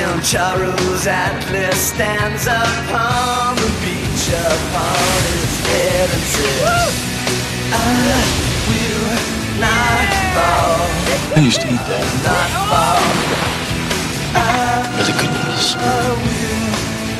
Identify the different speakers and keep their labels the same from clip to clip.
Speaker 1: Ancharo's atlas stands upon the beach upon his head and says, I will not fall,
Speaker 2: I used to eat that
Speaker 1: not fall,
Speaker 2: as a goodness.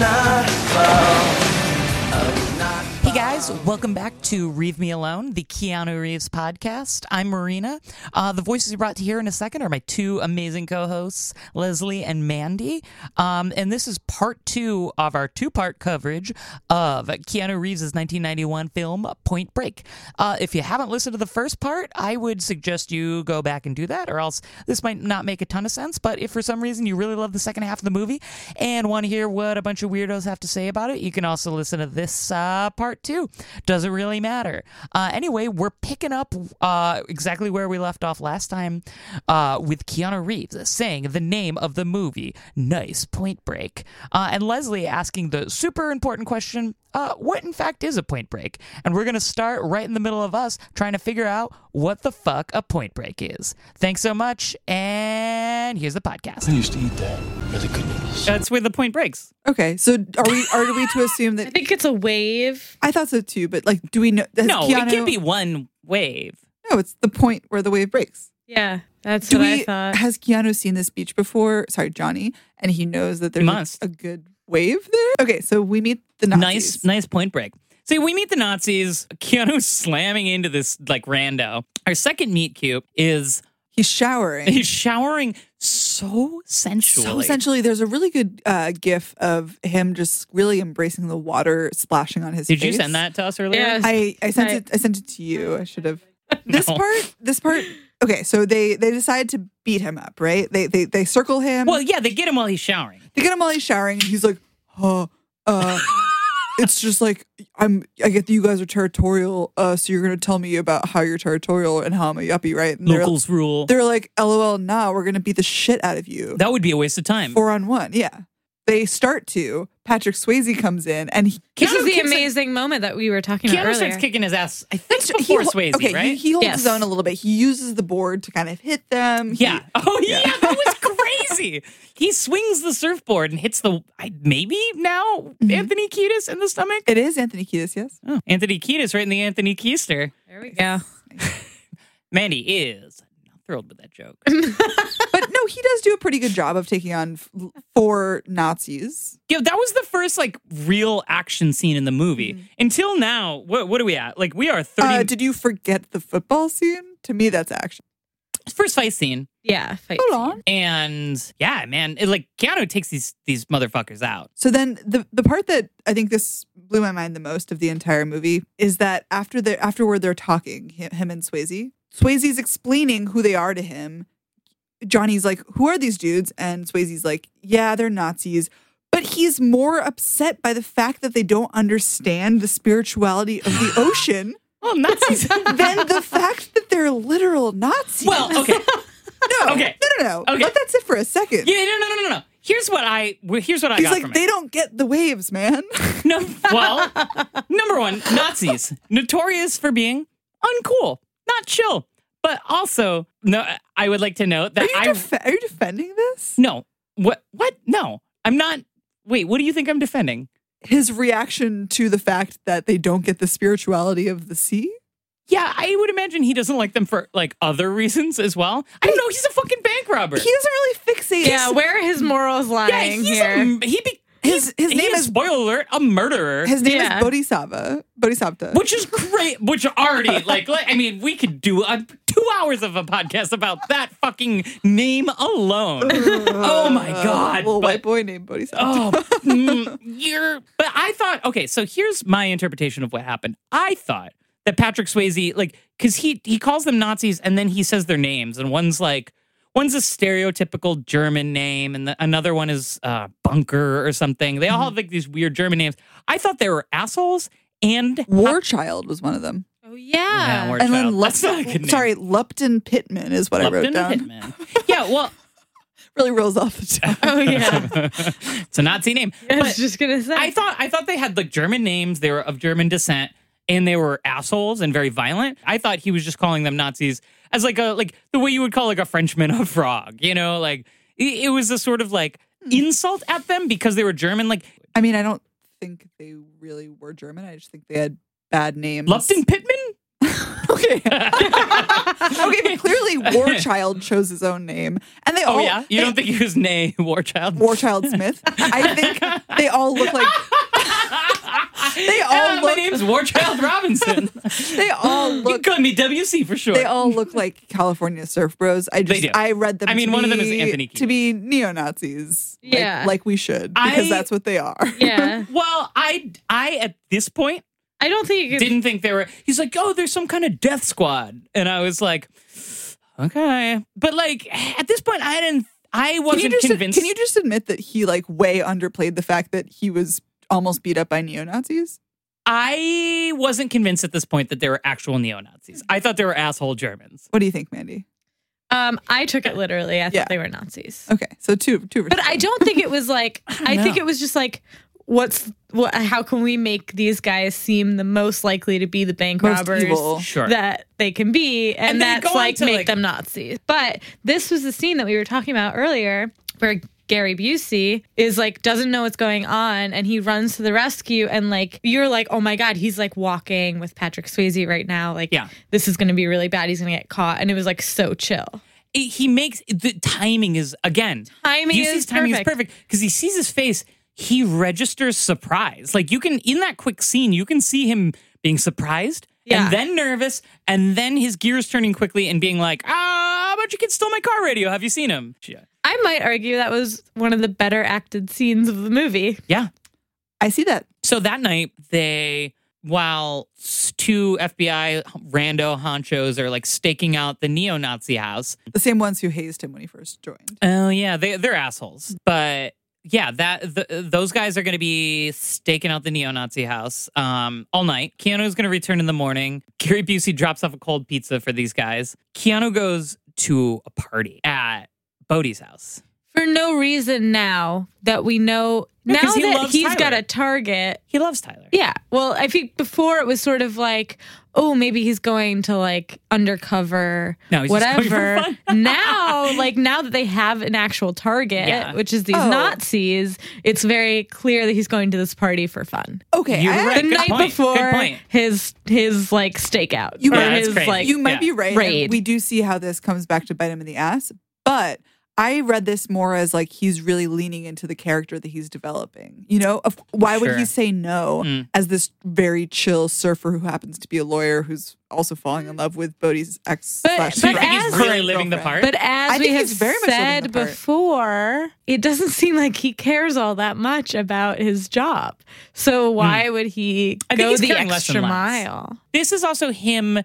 Speaker 1: not fall. I will not
Speaker 3: Hey guys, welcome back to Reeve Me Alone, the Keanu Reeves podcast. I'm Marina. Uh, the voices you brought to hear in a second are my two amazing co hosts, Leslie and Mandy. Um, and this is part two of our two part coverage of Keanu Reeves' 1991 film Point Break. Uh, if you haven't listened to the first part, I would suggest you go back and do that, or else this might not make a ton of sense. But if for some reason you really love the second half of the movie and want to hear what a bunch of weirdos have to say about it, you can also listen to this uh, part too. Doesn't really matter. Uh, anyway, we're picking up uh, exactly where we left off last time uh, with Keanu Reeves saying the name of the movie. Nice point break. Uh, and Leslie asking the super important question uh, what in fact is a point break? And we're going to start right in the middle of us trying to figure out what the fuck a point break is. Thanks so much. And here's the
Speaker 2: I
Speaker 3: podcast.
Speaker 2: used to eat that as a goodness.
Speaker 3: That's where the point breaks.
Speaker 4: Okay, so are we are we to assume
Speaker 5: I
Speaker 4: that?
Speaker 5: think it's a wave.
Speaker 4: I thought so too, but like, do we know? Has
Speaker 3: No,
Speaker 4: Keanu,
Speaker 3: it can be one wave.
Speaker 4: No, it's the point where the wave breaks.
Speaker 5: Yeah, that's
Speaker 4: Do
Speaker 5: what
Speaker 4: we?
Speaker 5: I thought.
Speaker 4: Has Keanu seen this beach before? Sorry, Johnny, and he knows that there's
Speaker 3: must.
Speaker 4: a good wave there. Okay, so we meet the Nazis.
Speaker 3: Nice, nice point break. So we meet the Nazis. Keanu's slamming into this like rando. Our second meet cute is
Speaker 4: He's showering.
Speaker 3: he's showering so sensually.
Speaker 4: So essentially, there's a really good uh, gif of him just really embracing the water splashing on his
Speaker 3: Did you
Speaker 4: face.
Speaker 3: send that to us earlier?
Speaker 5: Yes.
Speaker 4: I, I sent
Speaker 5: I-
Speaker 4: it. I sent it to you. I should have. This
Speaker 3: No.
Speaker 4: part. This part. Okay, so they they decide to beat him up, right? They they they circle him.
Speaker 3: Well, yeah, they get him while he's showering.
Speaker 4: They get him while he's showering, and he's like, "Huh, uh." it's just like I'm. I get that you guys are territorial, uh, so you're gonna tell me about how you're territorial and how I'm a yuppie, right? And they're,
Speaker 3: Locals rule.
Speaker 4: they're like, "LOL, nah, we're gonna beat the shit out of you."
Speaker 3: That would be a waste of time.
Speaker 4: Four on one, yeah. They start to. Patrick Swayze comes in, and he
Speaker 5: this
Speaker 3: Keanu
Speaker 5: is the
Speaker 3: kicks it-
Speaker 5: amazing moment that we were talking about
Speaker 3: Keanu
Speaker 5: earlier.
Speaker 3: starts kicking his ass. I think
Speaker 4: That's-
Speaker 3: before
Speaker 4: he, hol-
Speaker 3: Swayze,
Speaker 4: okay,
Speaker 3: right?
Speaker 4: He, he holds his
Speaker 5: Yes.
Speaker 4: own a little bit. He uses the board to kind of hit them. He-
Speaker 3: yeah. Oh yeah, that was crazy. he swings the surfboard and hits the I, maybe now
Speaker 4: Mm-hmm.
Speaker 3: Anthony Kiedis in the stomach.
Speaker 4: it is Anthony Kiedis, yes.
Speaker 3: Oh, Anthony Kiedis right in the Anthony Keister.
Speaker 5: there we go.
Speaker 3: Mandy is not thrilled with that joke.
Speaker 4: but no, he does do a pretty good job of taking on f- four Nazis.
Speaker 3: yeah, that was the first like real action scene in the movie. Until now, what what are we at? Like we are thirty.
Speaker 4: Mm-hmm. Uh, did you forget the football scene? To me, that's action.
Speaker 3: first fight scene,
Speaker 5: Yeah, fight
Speaker 4: Hold
Speaker 5: scene.
Speaker 4: on.
Speaker 3: and yeah, man, it, like Keanu takes these these motherfuckers out.
Speaker 4: So then, the the part that I think this blew my mind the most of the entire movie is that after the afterward they're talking him, him and Swayze. Swayze's explaining who they are to him. Johnny's like, "Who are these dudes?" And Swayze's like, "Yeah, they're Nazis." But he's more upset by the fact that they don't understand the spirituality of the ocean
Speaker 3: Well, Nazis.
Speaker 4: than the fact that they're literal Nazis.
Speaker 3: well, okay.
Speaker 4: no,
Speaker 3: okay.
Speaker 4: no, no, no.
Speaker 3: Okay.
Speaker 4: Let that sit for a second.
Speaker 3: Yeah, no, no, no, no, no. Here's what I here's what I
Speaker 4: He's
Speaker 3: got
Speaker 4: like,
Speaker 3: from
Speaker 4: they
Speaker 3: it.
Speaker 4: don't get the waves, man.
Speaker 3: No, well, number one, Nazis notorious for being uncool, not chill, but also no. I would like to note
Speaker 4: Are
Speaker 3: that
Speaker 4: you,
Speaker 3: I
Speaker 4: def- are you defending this?
Speaker 3: no. What? What? No, I'm not. Wait, what do you think I'm defending?
Speaker 4: His reaction to the fact that they don't get the spirituality of the sea?
Speaker 3: Yeah, I would imagine he doesn't like them for like other reasons as well. I don't know. He's a fucking bank robber.
Speaker 4: He doesn't really fixate.
Speaker 5: Yeah, where are his morals
Speaker 3: yeah,
Speaker 5: lying
Speaker 3: he's
Speaker 5: here?
Speaker 3: a he. Be,
Speaker 4: His- his
Speaker 3: he
Speaker 4: name is-
Speaker 3: spoiler alert a murderer.
Speaker 4: his name
Speaker 5: Yeah.
Speaker 4: is Bodhisattva. Bodhisattva.
Speaker 3: which is great. Which already, like, like- I mean, we could do uh two hours of a podcast about that fucking name alone. oh my god!
Speaker 4: little
Speaker 3: but-
Speaker 4: white boy named Bodhisattva.
Speaker 3: oh, mm, you're. But I thought, okay, so here's my interpretation of what happened. I thought that Patrick Swayze, like, because he he calls them Nazis and then he says their names, and one's like. One's a stereotypical German name, and the, another one is uh, Bunker or something. They
Speaker 4: Mm-hmm.
Speaker 3: all have like these weird German names. I thought they were assholes and
Speaker 4: War Child was one of them.
Speaker 5: Oh
Speaker 3: yeah,
Speaker 5: yeah.
Speaker 3: we're
Speaker 4: And then
Speaker 3: child. That's not a good
Speaker 4: Lupton,
Speaker 3: name.
Speaker 4: sorry, Lupton Pittman is what I wrote
Speaker 3: Lupton
Speaker 4: down.
Speaker 3: Pittman. Yeah, well,
Speaker 4: Really rolls off the tongue.
Speaker 5: oh yeah.
Speaker 3: it's a Nazi name.
Speaker 5: I
Speaker 3: But
Speaker 5: was just gonna say.
Speaker 3: I thought I thought they had like German names. They were of German descent, and they were assholes and very violent. I thought he was just calling them Nazis as like a like the way you would call like a Frenchman a frog. You know, like it, it was a sort of like insult at them because they were German. Like
Speaker 4: I mean, I don't think they really were German. I just think they had bad names.
Speaker 3: Lupton Pittman?
Speaker 4: okay. okay, but clearly Warchild chose his own name. And they
Speaker 3: Oh,
Speaker 4: all
Speaker 3: yeah. You
Speaker 4: they-
Speaker 3: don't think he was Nay Warchild?
Speaker 4: Warchild Smith. I think they all look like they all
Speaker 3: Ah, my
Speaker 4: look
Speaker 3: name's Warchild Robinson.
Speaker 4: they all
Speaker 3: you
Speaker 4: look
Speaker 3: can call me WC for sure.
Speaker 4: they all look like California surf bros. I just
Speaker 3: do.
Speaker 4: I read them
Speaker 3: I mean,
Speaker 4: to
Speaker 3: one of them is
Speaker 4: be-
Speaker 3: Anthony
Speaker 4: to be neo-Nazis. like-
Speaker 5: Yeah.
Speaker 4: Like, we should
Speaker 3: I-
Speaker 4: because that's what they are.
Speaker 5: yeah.
Speaker 3: well, I, I at this point
Speaker 5: I don't think it could,
Speaker 3: didn't think they were. He's like, oh, there's some kind of death squad, and I was like, okay, but like at this point, I didn't. I
Speaker 4: Can
Speaker 3: wasn't
Speaker 4: you, just, uh,
Speaker 3: convinced.
Speaker 4: can you just admit that he like way underplayed the fact that he was almost beat up by neo-Nazis?
Speaker 3: I wasn't convinced at this point that they were actual neo Nazis. I thought they were asshole Germans.
Speaker 4: What do you think, Mandy?
Speaker 5: um I took it literally. I thought
Speaker 4: Yeah.
Speaker 5: they were Nazis.
Speaker 4: Okay, so two two.
Speaker 5: But I don't think it was like I, think
Speaker 3: know.
Speaker 5: it was just like what's what how can we make these guys seem the most likely to be the bank
Speaker 4: Most
Speaker 5: robbers
Speaker 4: evil.
Speaker 3: Sure.
Speaker 5: that they can be and,
Speaker 3: And they go on
Speaker 5: that's like
Speaker 3: to,
Speaker 5: make
Speaker 3: like-
Speaker 5: them Nazis. But this was the scene that we were talking about earlier where Gary Busey is like doesn't know what's going on and he runs to the rescue and like you're like oh my god he's like walking with Patrick Swayze right now like
Speaker 3: Yeah.
Speaker 5: this is going to be really bad he's going to get caught and it was like so chill.
Speaker 3: It- he makes the timing is again.
Speaker 5: Timing
Speaker 3: Busey's
Speaker 5: is
Speaker 3: timing is
Speaker 5: perfect.
Speaker 3: perfect because he sees his face. He registers surprise. Like you can in that quick scene, you can see him being surprised
Speaker 5: Yeah.
Speaker 3: and then nervous, and then his gears turning quickly and being like, "Ah, but you kid stole my car radio. Have you seen him?" Yeah.
Speaker 5: I might argue that was one of the better acted scenes of the movie.
Speaker 3: Yeah.
Speaker 4: I see that.
Speaker 3: So that night, they, while s- two FBI rando honchos are like staking out the neo Nazi house,
Speaker 4: The same ones who hazed him when he first joined.
Speaker 3: oh, yeah, they, they're assholes. But yeah, that th those guys are going to be staking out the neo Nazi house um, all night. Keanu's going to return in the morning. Gary Busey drops off a cold pizza for these guys. Keanu goes to a party at Bodie's house.
Speaker 5: For no reason now that we know
Speaker 3: Yeah, 'cause
Speaker 5: now
Speaker 3: he
Speaker 5: that
Speaker 3: loves
Speaker 5: he's got
Speaker 3: Tyler.
Speaker 5: a target.
Speaker 3: He loves Tyler.
Speaker 5: Yeah. Well, I think before it was sort of like, oh, maybe he's going to like undercover
Speaker 3: No, he's just going for
Speaker 5: whatever.
Speaker 3: fun.
Speaker 5: now, like now that they have an actual target,
Speaker 3: Yeah.
Speaker 5: which is these
Speaker 4: Oh.
Speaker 5: Nazis, it's very clear that he's going to this party for fun.
Speaker 4: Okay,
Speaker 3: You're
Speaker 4: I-
Speaker 3: right.
Speaker 5: The
Speaker 3: Good
Speaker 5: night
Speaker 3: point. Good
Speaker 5: before
Speaker 3: point.
Speaker 5: his his like stakeout.
Speaker 4: You
Speaker 5: or
Speaker 4: might- Yeah,
Speaker 3: that's
Speaker 5: his
Speaker 3: crazy.
Speaker 5: like
Speaker 4: you might
Speaker 3: Yeah.
Speaker 4: be right. and
Speaker 5: Raid.
Speaker 4: We do see how this comes back to bite him in the ass, but I read this more as like he's really leaning into the character that he's developing. You know, of, why would he
Speaker 3: Sure.
Speaker 4: say no
Speaker 5: Mm.
Speaker 4: as this very chill surfer who happens to be a lawyer who's also falling in love with Bodhi's ex?
Speaker 5: But-
Speaker 4: slash
Speaker 5: but
Speaker 4: girlfriend?
Speaker 5: as-
Speaker 3: He's really living the part.
Speaker 5: But as
Speaker 4: I
Speaker 5: we
Speaker 4: think
Speaker 5: have
Speaker 4: he's very much living
Speaker 5: said
Speaker 4: the part.
Speaker 5: before, it doesn't seem like he cares all that much about his job. So why would he
Speaker 3: Hmm. I think
Speaker 5: go
Speaker 3: he's
Speaker 5: the
Speaker 3: caring less
Speaker 5: extra
Speaker 3: and less.
Speaker 5: mile?
Speaker 3: this is also him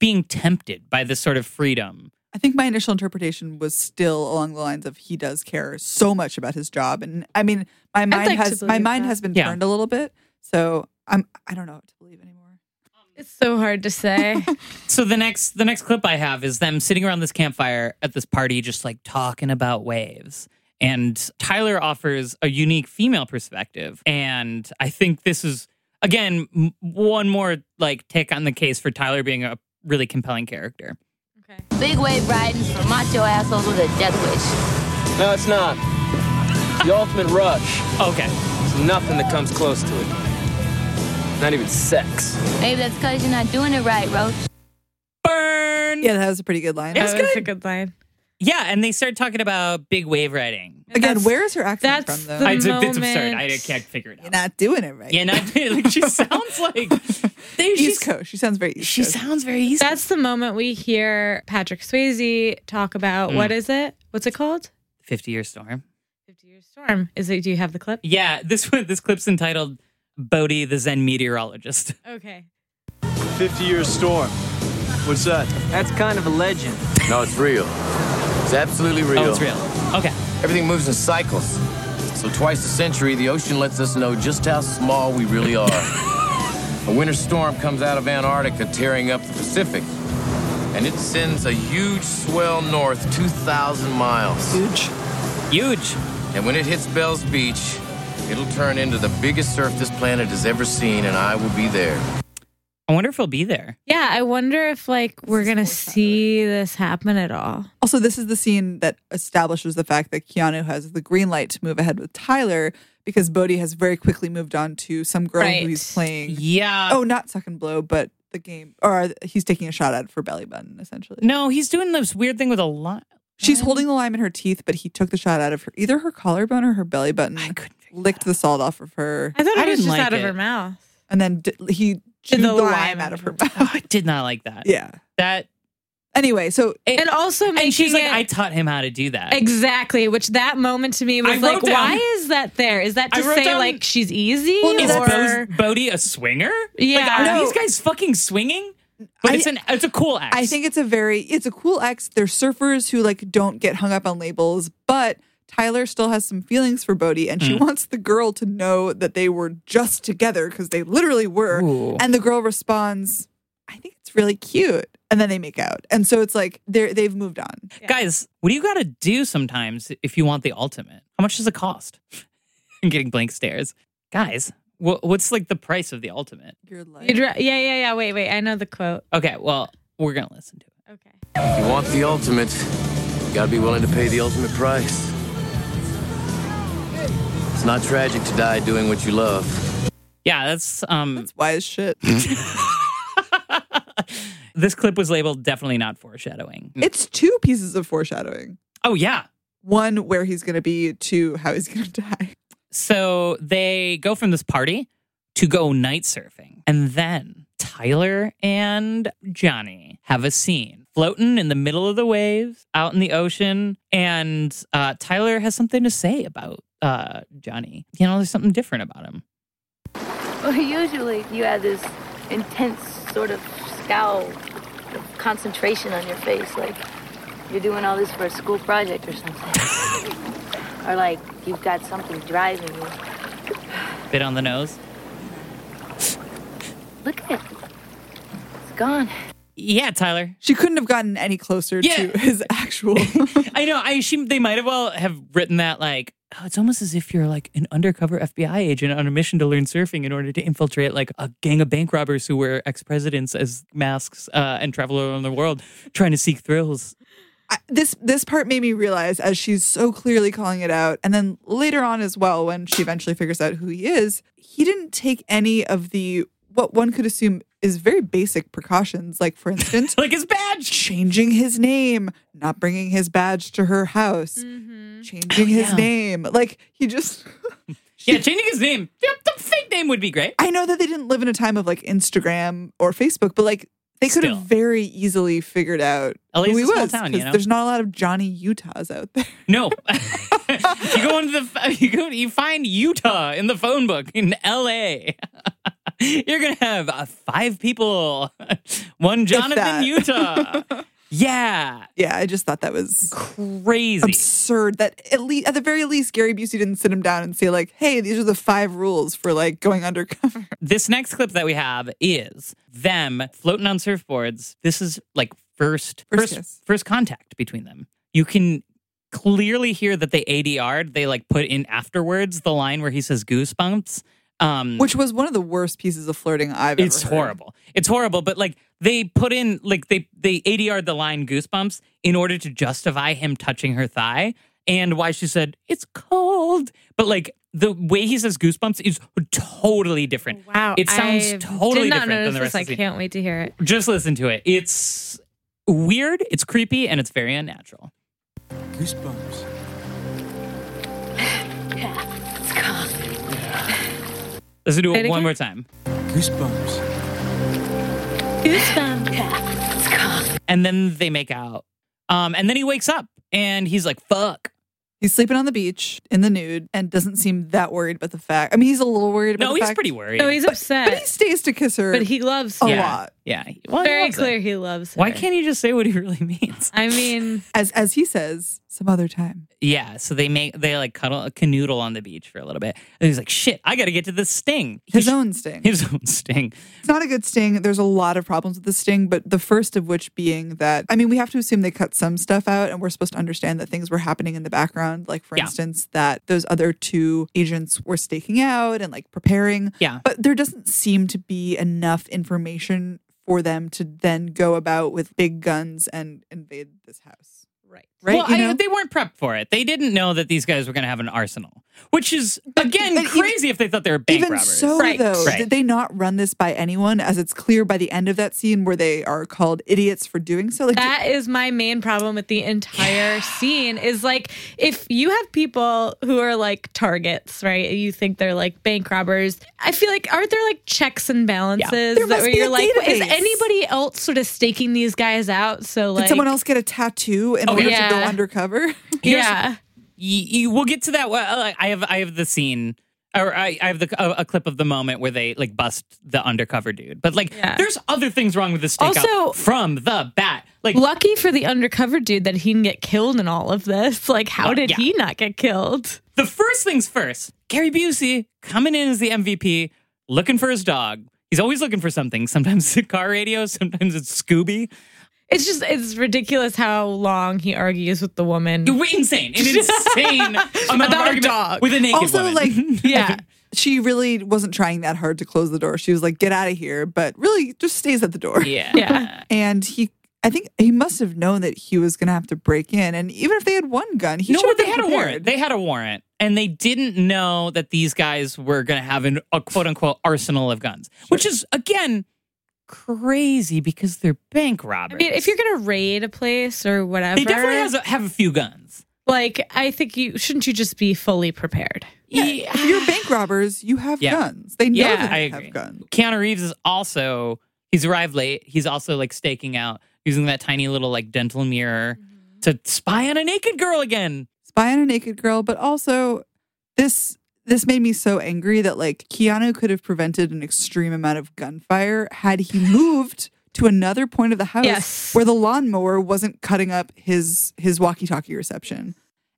Speaker 3: being tempted by this sort of freedom.
Speaker 4: I think my initial interpretation was still along the lines of he does care so much about his job, and I mean, my mind
Speaker 5: like to
Speaker 4: has my
Speaker 5: believe
Speaker 4: mind
Speaker 5: that.
Speaker 4: has been
Speaker 3: Yeah.
Speaker 4: turned a little bit, so I'm I don't know what to believe anymore.
Speaker 5: It's so hard to say.
Speaker 3: So the next the next clip I have is them sitting around this campfire at this party just like talking about waves. And Tyler offers a unique female perspective and I think this is again m- one more like take on the case for Tyler being a really compelling character.
Speaker 6: Big wave riding's for macho assholes with a death wish.
Speaker 7: No, it's not. The ultimate rush.
Speaker 3: Okay.
Speaker 7: There's nothing that comes close to it. Not even sex.
Speaker 6: Maybe that's because you're not doing it right, Roach.
Speaker 3: Burn.
Speaker 4: Yeah, that was a pretty good line.
Speaker 3: Yes. That's
Speaker 5: that was
Speaker 3: good.
Speaker 5: a good line.
Speaker 3: Yeah, and they start talking about big wave riding.
Speaker 4: Again,
Speaker 5: That's-
Speaker 4: where is her accent
Speaker 5: that's
Speaker 4: from though?
Speaker 5: the-
Speaker 3: I, it's, it's absurd.
Speaker 5: moment-
Speaker 3: I can't figure it out.
Speaker 4: You're not doing it right.
Speaker 3: Yeah, not, like, she sounds like they,
Speaker 4: East
Speaker 3: she's-
Speaker 4: Coast. She sounds very East
Speaker 3: She
Speaker 4: Coast.
Speaker 3: sounds very easy.
Speaker 5: That's the moment we hear Patrick Swayze talk about
Speaker 3: Hmm.
Speaker 5: what is it? What's it called?
Speaker 3: 50 year storm.
Speaker 5: Fifty Year Storm. Is it? Do you have the clip?
Speaker 3: Yeah, this one, this clip's entitled Bodhi the Zen Meteorologist.
Speaker 5: Okay.
Speaker 8: 50 year storm. What's that?
Speaker 7: That's kind of a legend.
Speaker 9: No, it's real. It's absolutely real.
Speaker 3: Oh, it's real. Okay.
Speaker 9: Everything moves in cycles. So twice a century, the ocean lets us know just how small we really are. a winter storm comes out of Antarctica, tearing up the Pacific, and it sends a huge swell north 2,000 miles.
Speaker 4: Huge.
Speaker 3: Huge.
Speaker 9: And when it hits Bell's Beach, it'll turn into the biggest surf this planet has ever seen, and I will be there.
Speaker 3: I wonder if he'll be there.
Speaker 5: Yeah, I wonder if like we're gonna see this happen at all.
Speaker 4: Also, this is the scene that establishes the fact that Keanu has the green light to move ahead with Tyler because Bodhi has very quickly moved on to some girl
Speaker 5: Right.
Speaker 4: who he's playing.
Speaker 3: Yeah.
Speaker 4: Oh, not Suck and Blow, but the game, or he's taking a shot at for Belly Button, essentially.
Speaker 3: No, he's doing this weird thing with a lot.
Speaker 4: She's holding the lime in her teeth, but he took the shot out of her, either her collarbone or her belly button,
Speaker 3: I couldn't. figure-
Speaker 4: licked the salt off of her,
Speaker 5: I thought
Speaker 3: I
Speaker 5: it was
Speaker 3: didn't
Speaker 5: just
Speaker 3: like
Speaker 5: out of
Speaker 3: it.
Speaker 5: her mouth.
Speaker 4: and then d- he chewed the,
Speaker 5: the
Speaker 4: lime
Speaker 5: lime
Speaker 4: out of her
Speaker 3: Oh,
Speaker 4: mouth.
Speaker 3: I did not like that.
Speaker 4: yeah.
Speaker 3: That
Speaker 4: Anyway, so
Speaker 5: And also making
Speaker 3: and she's like,
Speaker 5: it
Speaker 3: I taught him how to do that.
Speaker 5: exactly, which that moment to me
Speaker 3: I
Speaker 5: was
Speaker 3: wrote
Speaker 5: like,
Speaker 3: down-
Speaker 5: why is that there? Is that
Speaker 3: I
Speaker 5: to
Speaker 3: wrote
Speaker 5: say
Speaker 3: down-
Speaker 5: like she's easy
Speaker 4: Well, no,
Speaker 3: Is
Speaker 4: that's-
Speaker 5: or
Speaker 3: Bo- Bodhi a swinger? Like,
Speaker 5: Yeah.
Speaker 3: are
Speaker 4: No.
Speaker 3: these guys fucking swinging? But
Speaker 4: I-
Speaker 3: it's an it's a cool act.
Speaker 4: I think it's a very it's a cool ex. They're surfers who like don't get hung up on labels, but Tyler still has some feelings for Bodhi, and she
Speaker 3: Mm.
Speaker 4: wants the girl to know that they were just together because they literally were.
Speaker 3: Ooh.
Speaker 4: And the girl responds, "I think it's really cute," and then they make out, and so it's like they're they've moved on.
Speaker 3: guys, what do you got to do sometimes if you want the ultimate? How much does it cost? I'm getting blank stares, guys. wha- what's like the price of the ultimate?
Speaker 4: Your life.
Speaker 5: You'd ra- yeah, yeah, yeah. Wait, wait. I know the quote.
Speaker 3: Okay, well we're gonna listen to it.
Speaker 5: Okay.
Speaker 9: You want the ultimate, you gotta be willing to pay the ultimate price. It's not tragic to die doing what you love.
Speaker 3: Yeah, that's um.
Speaker 4: That's wise shit.
Speaker 3: this clip was labeled definitely not foreshadowing.
Speaker 4: it's two pieces of foreshadowing.
Speaker 3: Oh yeah,
Speaker 4: One where he's gonna be, two how he's gonna die.
Speaker 3: So they go from this party to go night surfing. And then Tyler and Johnny have a scene floating in the middle of the waves out in the ocean. And uh, Tyler has something to say about uh, Johnny. You know, there's something different about him.
Speaker 6: Well, usually you have this intense sort of scowl of concentration on your face, like you're doing all this for a school project or something. or like you've got something driving you.
Speaker 3: Bit on the nose.
Speaker 6: Look at it. It's gone.
Speaker 3: Yeah, Tyler.
Speaker 4: She couldn't have gotten any closer
Speaker 3: Yeah.
Speaker 4: to his actual.
Speaker 3: I know. I assume they might have well have written that like, oh, it's almost as if you're like an undercover FBI agent on a mission to learn surfing in order to infiltrate like a gang of bank robbers who wear ex presidents as masks uh, and travel around the world trying to seek thrills.
Speaker 4: I- this this part made me realize as she's so clearly calling it out and then later on as well when she eventually figures out who he is he didn't take any of the what one could assume is very basic precautions like for instance
Speaker 3: Like his badge.
Speaker 4: changing his name not bringing his badge to her house
Speaker 3: Mm-hmm.
Speaker 4: changing his
Speaker 3: yeah.
Speaker 4: name like he just
Speaker 3: Yeah, changing his name. Yep, the fake name would be great.
Speaker 4: i know that they didn't live in a time of like instagram or facebook but like they could
Speaker 3: Still.
Speaker 4: have very easily figured out
Speaker 3: LA is
Speaker 4: who he
Speaker 3: a small
Speaker 4: was
Speaker 3: town, you
Speaker 4: 'cause
Speaker 3: know?
Speaker 4: there's not a lot of johnny utahs out there
Speaker 3: No. you go into the you go you find Utah in the phone book in LA. You're going to have uh, five people. One Jonathan
Speaker 4: that.
Speaker 3: Utah. yeah.
Speaker 4: yeah i just thought that was
Speaker 3: Crazy.
Speaker 4: absurd that at least at the very least Gary Busey didn't sit him down and say like, "Hey, these are the five rules for like going undercover."
Speaker 3: this next clip that we have is them floating on surfboards. This is like first
Speaker 4: First
Speaker 3: first
Speaker 4: kiss.
Speaker 3: first, contact between them. You can clearly hear that they ADR'd. They like put in afterwards the line where he says goosebumps. Um
Speaker 4: Which was one of the worst pieces of flirting I've
Speaker 3: it's
Speaker 4: ever heard.
Speaker 3: horrible. It's horrible, but like they put in like they they ADR'd the line goosebumps in order to justify him touching her thigh and why she said it's cold. But like the way he says goosebumps is totally different.
Speaker 5: Oh, Wow.
Speaker 3: It sounds
Speaker 5: I
Speaker 3: totally
Speaker 5: did not
Speaker 3: different
Speaker 5: notice
Speaker 3: than the
Speaker 5: this.
Speaker 3: rest
Speaker 5: I
Speaker 3: of the
Speaker 5: can't wait to hear it.
Speaker 3: Just listen to it. It's weird, it's creepy, and it's very unnatural.
Speaker 2: Goosebumps.
Speaker 3: Let's do
Speaker 5: Say
Speaker 3: it,
Speaker 5: it
Speaker 3: one
Speaker 5: again?
Speaker 3: more time.
Speaker 2: Goosebumps.
Speaker 3: And then they make out. Um, and then he wakes up and he's like, fuck.
Speaker 4: He's sleeping on the beach in the nude and doesn't seem that worried about the fact. I mean, he's a little worried about
Speaker 3: No,
Speaker 4: the
Speaker 3: he's
Speaker 4: fact-
Speaker 3: pretty worried.
Speaker 5: Oh, he's upset.
Speaker 4: But he stays to kiss her
Speaker 5: But he loves
Speaker 4: a
Speaker 5: her.
Speaker 3: Yeah.
Speaker 4: lot.
Speaker 3: Yeah. Well, he
Speaker 5: Very
Speaker 3: loves it.
Speaker 5: clear he loves her.
Speaker 3: Why can't he just say what he really means?
Speaker 5: I mean,
Speaker 4: As as he says, some other time.
Speaker 3: Yeah, so they make they like cuddle a canoodle on the beach for a little bit, and he's like, "Shit, I got to get to this sting." He
Speaker 4: His
Speaker 3: sh-
Speaker 4: own sting.
Speaker 3: his own sting.
Speaker 4: It's not a good sting. There's a lot of problems with the sting, but the first of which being that I mean, we have to assume they cut some stuff out and we're supposed to understand that things were happening in the background, like for
Speaker 3: Yeah.
Speaker 4: instance that those other two agents were staking out and like preparing.
Speaker 3: Yeah.
Speaker 4: But there doesn't seem to be enough information for them to then go about with big guns and invade this house.
Speaker 5: right.
Speaker 4: Right?
Speaker 3: well,
Speaker 4: You know?
Speaker 3: I, they weren't prepped for it. They didn't know that these guys were going to have an arsenal, which is again
Speaker 4: but even-
Speaker 3: crazy if they thought they were bank
Speaker 4: Even
Speaker 3: robbers.
Speaker 4: so,
Speaker 5: Right.
Speaker 4: though,
Speaker 3: Right.
Speaker 4: did they not run this by anyone? As it's clear by the end of that scene where they are called idiots for doing so. Like,
Speaker 5: That is my main problem with the entire scene is like if you have people who are like targets, right? You think they're like bank robbers. I feel like aren't there like checks and balances
Speaker 4: There must
Speaker 5: where
Speaker 4: be
Speaker 5: you're
Speaker 4: a
Speaker 5: like is
Speaker 4: database.
Speaker 5: anybody else sort of staking these guys out? So like
Speaker 4: Did someone else get a tattoo
Speaker 3: Oh,
Speaker 4: in order
Speaker 5: yeah.
Speaker 4: to go undercover?
Speaker 5: Yeah.
Speaker 3: you, you, we'll get to that. Well, like, I have I have the scene, or I, I have the a, a clip of the moment where they like bust the undercover dude. But like,
Speaker 5: Yeah.
Speaker 3: there's other things wrong with the stakeout
Speaker 5: Also-
Speaker 3: from the bat. Like,
Speaker 5: Lucky for the undercover dude that he didn't get killed in all of this. Like, how
Speaker 3: Well,
Speaker 5: did
Speaker 3: yeah.
Speaker 5: he not get killed?
Speaker 3: the first things first, Gary Busey coming in as the MVP, looking for his dog. He's always looking for something. Sometimes it's a car radio, sometimes it's Scooby.
Speaker 5: It's just it's ridiculous how long he argues with the woman.
Speaker 3: Insane, an insane amount of
Speaker 5: About a
Speaker 3: argument
Speaker 5: dog.
Speaker 3: with a naked
Speaker 4: also,
Speaker 3: woman.
Speaker 4: like,
Speaker 5: yeah.
Speaker 4: she really wasn't trying that hard to close the door. She was like, get out of here, but really just stays at the door.
Speaker 3: yeah,
Speaker 5: Yeah.
Speaker 4: And he, I think he must have known that he was going to have to break in. And even if they had one gun, he
Speaker 3: no,
Speaker 4: should
Speaker 3: but
Speaker 4: have
Speaker 3: they
Speaker 4: been
Speaker 3: had a
Speaker 4: prepared.
Speaker 3: warrant. They had a warrant, and they didn't know that these guys were going to have an, a quote unquote arsenal of guns, which is again crazy because they're bank
Speaker 5: I
Speaker 3: robbers.
Speaker 5: mean, if you're gonna raid a place or whatever,
Speaker 3: they definitely has a, have a few guns.
Speaker 5: like I think you shouldn't you just be fully prepared.
Speaker 3: Yeah.
Speaker 4: if you're bank robbers, you have
Speaker 3: Yeah.
Speaker 4: guns. They know
Speaker 3: Yeah,
Speaker 4: that
Speaker 3: I
Speaker 4: they
Speaker 3: agree.
Speaker 4: have guns.
Speaker 3: Keanu Reeves is also he's arrived late. He's also like staking out using that tiny little like dental mirror
Speaker 5: Mm-hmm.
Speaker 3: to spy on a naked girl again.
Speaker 4: spy on a naked girl, but also this this made me so angry that like Keanu could have prevented an extreme amount of gunfire had he moved to another point of the house
Speaker 5: Yes.
Speaker 4: where the lawnmower wasn't cutting up his his walkie-talkie reception.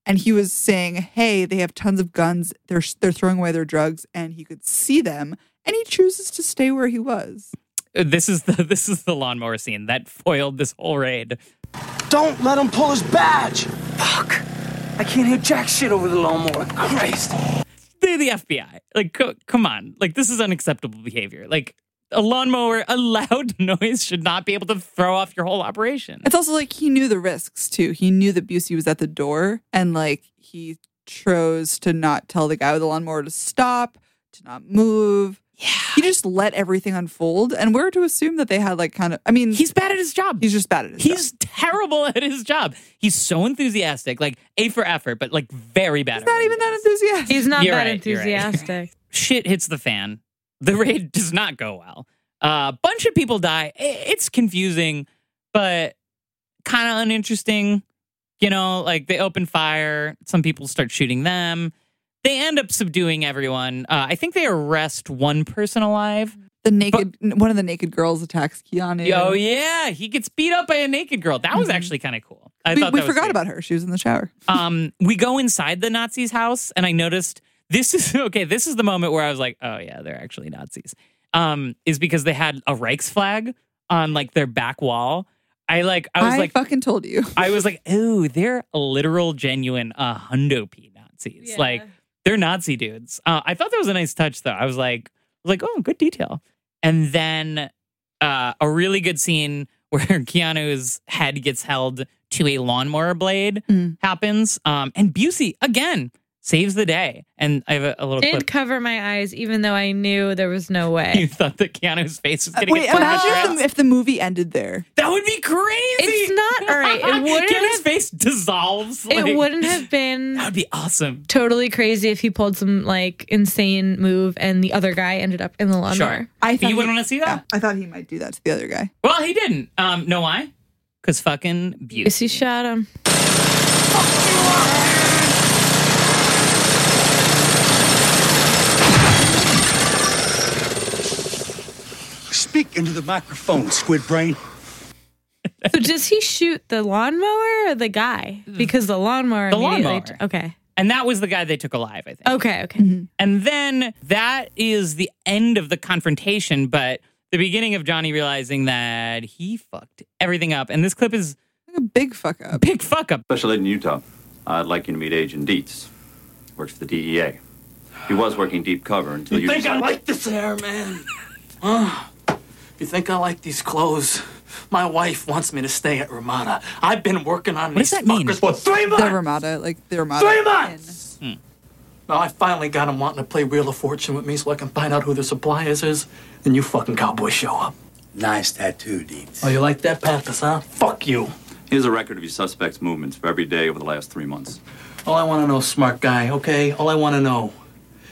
Speaker 4: And he was saying, "Hey, they have tons of guns. They're they're throwing away their drugs." And he could see them, and he chooses to stay where he was.
Speaker 3: Uh, This is the this is the lawnmower scene that foiled this whole raid.
Speaker 1: Don't let him pull his badge. Fuck. I can't hear jack shit over the lawnmower. Christ.
Speaker 3: They're the FBI. Like, co- come on. Like, this is unacceptable behavior. Like, a lawnmower, a loud noise should not be able to throw off your whole operation.
Speaker 4: It's also like he knew the risks too. He knew that Busey was at the door and like he chose to not tell the guy with the lawnmower to stop, to not move. Yeah. He just let everything unfold. And we're to assume that they had like kind of, I mean,
Speaker 3: He's bad at his job.
Speaker 4: he's just bad at his job.
Speaker 3: He's terrible at his job. He's so enthusiastic, like A for effort, but like very bad. He's
Speaker 4: not even that enthusiastic.
Speaker 5: He's not
Speaker 3: You're
Speaker 5: that
Speaker 3: right, you're right.
Speaker 5: enthusiastic.
Speaker 3: shit hits the fan. The raid does not go well. A bunch of people die. I- It's confusing, but kind of uninteresting. You know, like they open fire, some people start shooting them. They end up subduing everyone. Uh, I think they arrest one person alive.
Speaker 4: the naked, one of the naked girls attacks Keanu.
Speaker 3: Oh, yeah. He gets beat up by a naked girl. That was actually kind of cool. I
Speaker 4: Mm-hmm. we,
Speaker 3: thought
Speaker 4: we
Speaker 3: that was
Speaker 4: forgot
Speaker 3: great.
Speaker 4: about her. She was in the shower.
Speaker 3: um, we go inside the Nazis' house, and I noticed this is okay. This is the moment where I was like, "Oh yeah, they're actually Nazis." Um, is because they had a Reichs flag on like their back wall. I like, I was like,
Speaker 4: fucking told you.
Speaker 3: I was like, "Oh, they're literal, genuine uh, hundo p Nazis.
Speaker 5: Yeah.
Speaker 3: Like they're Nazi dudes." Uh, I thought that was a nice touch, though. I was like, I was like, oh, good detail." And then uh, a really good scene where Keanu's head gets held to a lawnmower blade
Speaker 4: Mm.
Speaker 3: happens. Um, and Busey again saves the day. And I have a, a little
Speaker 5: Did
Speaker 3: clip.
Speaker 5: cover my eyes even though I knew there was no
Speaker 3: You
Speaker 5: way.
Speaker 3: thought that Keanu's face was going to
Speaker 4: Wait,
Speaker 3: get smashed
Speaker 4: imagine if
Speaker 3: around?
Speaker 4: the, if the movie ended there.
Speaker 3: That would be crazy.
Speaker 5: It's not- all right, it wouldn't
Speaker 3: Keanu's
Speaker 5: have-
Speaker 3: face dissolves. like-
Speaker 5: it wouldn't have been
Speaker 3: That would be awesome.
Speaker 5: totally crazy if he pulled some like insane move and the other guy ended up in the lawnmower.
Speaker 3: Sure.
Speaker 4: I thought
Speaker 3: you wouldn't
Speaker 4: he-
Speaker 3: want to see
Speaker 4: Yeah,
Speaker 3: that?
Speaker 4: I thought he might do that to the other guy.
Speaker 3: Well, he didn't. Um, know why? Because fucking beauty.
Speaker 5: Yes, he shot him.
Speaker 1: Speak into the microphone, squid brain.
Speaker 5: So does he shoot the lawnmower or the guy? Because the lawnmower.
Speaker 3: The
Speaker 5: immediately-
Speaker 3: lawnmower.
Speaker 5: Okay.
Speaker 3: And that was the guy they took alive, I think.
Speaker 4: Uh,
Speaker 5: Okay. Okay.
Speaker 3: And then that is the end of the confrontation, but the beginning of Johnny realizing that he fucked everything up. And this clip is
Speaker 4: A big fuck up.
Speaker 3: big fuck up.
Speaker 10: Special Agent Utah, I'd like you to meet Agent Dietz. Works for the DEA. He was working deep cover until you.
Speaker 1: You think I
Speaker 10: decided-
Speaker 1: like this hair, man? Huh? You think I like these clothes? My wife wants me to stay at Ramada. I've been working on
Speaker 3: What does
Speaker 1: these
Speaker 3: that mean?
Speaker 1: fuckers for three
Speaker 4: The
Speaker 1: months.
Speaker 4: Ramada, like the Ramada.
Speaker 1: Three
Speaker 4: Inn.
Speaker 1: months. Now I finally got him wanting to play Wheel of Fortune with me, so I can find out who the suppliers is. And you fucking cowboys show up.
Speaker 11: Nice tattoo, Deets.
Speaker 1: Oh, you like that, Panthers, huh? Fuck you.
Speaker 10: Here's a record of your suspect's movements for every day over the last three months.
Speaker 1: All I want to know, smart guy, okay? All I want to know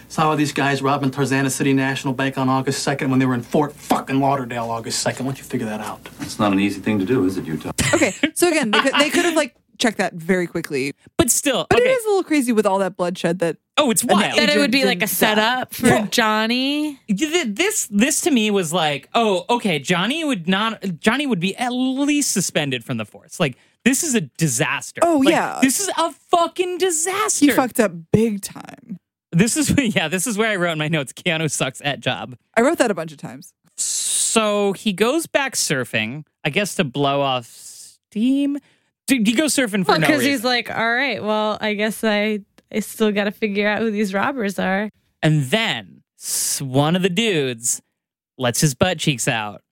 Speaker 1: is how are these guys robbing Tarzana City National Bank on August 2nd when they were in Fort fucking Lauderdale August 2nd? Why don't you figure that out?
Speaker 10: It's not an easy thing to do, is it, Utah?
Speaker 4: Okay, so again, they could, they could have like checked that very quickly,
Speaker 3: But still,
Speaker 4: but
Speaker 3: okay.
Speaker 4: it is a little crazy with all that bloodshed. That
Speaker 3: oh, it's wild.
Speaker 5: That it would
Speaker 4: Agent
Speaker 5: be like a
Speaker 4: didn't die.
Speaker 5: setup for Johnny.
Speaker 3: Th- th- This this to me was like, oh, okay, Johnny would not Johnny would be at least suspended from the force. Like this is a disaster.
Speaker 4: Oh,
Speaker 3: Like,
Speaker 4: yeah.
Speaker 3: This is a fucking disaster.
Speaker 4: he fucked up big time.
Speaker 3: This is yeah, this is where I wrote in my notes Keanu sucks at job.
Speaker 4: I wrote that a bunch of times.
Speaker 3: So he goes back surfing, I guess to blow off steam. Dude, he goes surfing for
Speaker 5: Well,
Speaker 3: no
Speaker 5: because
Speaker 3: reason.
Speaker 5: he's like, all right, well, I guess I I still got to figure out who these robbers are.
Speaker 3: and then s- one of the dudes lets his butt cheeks out.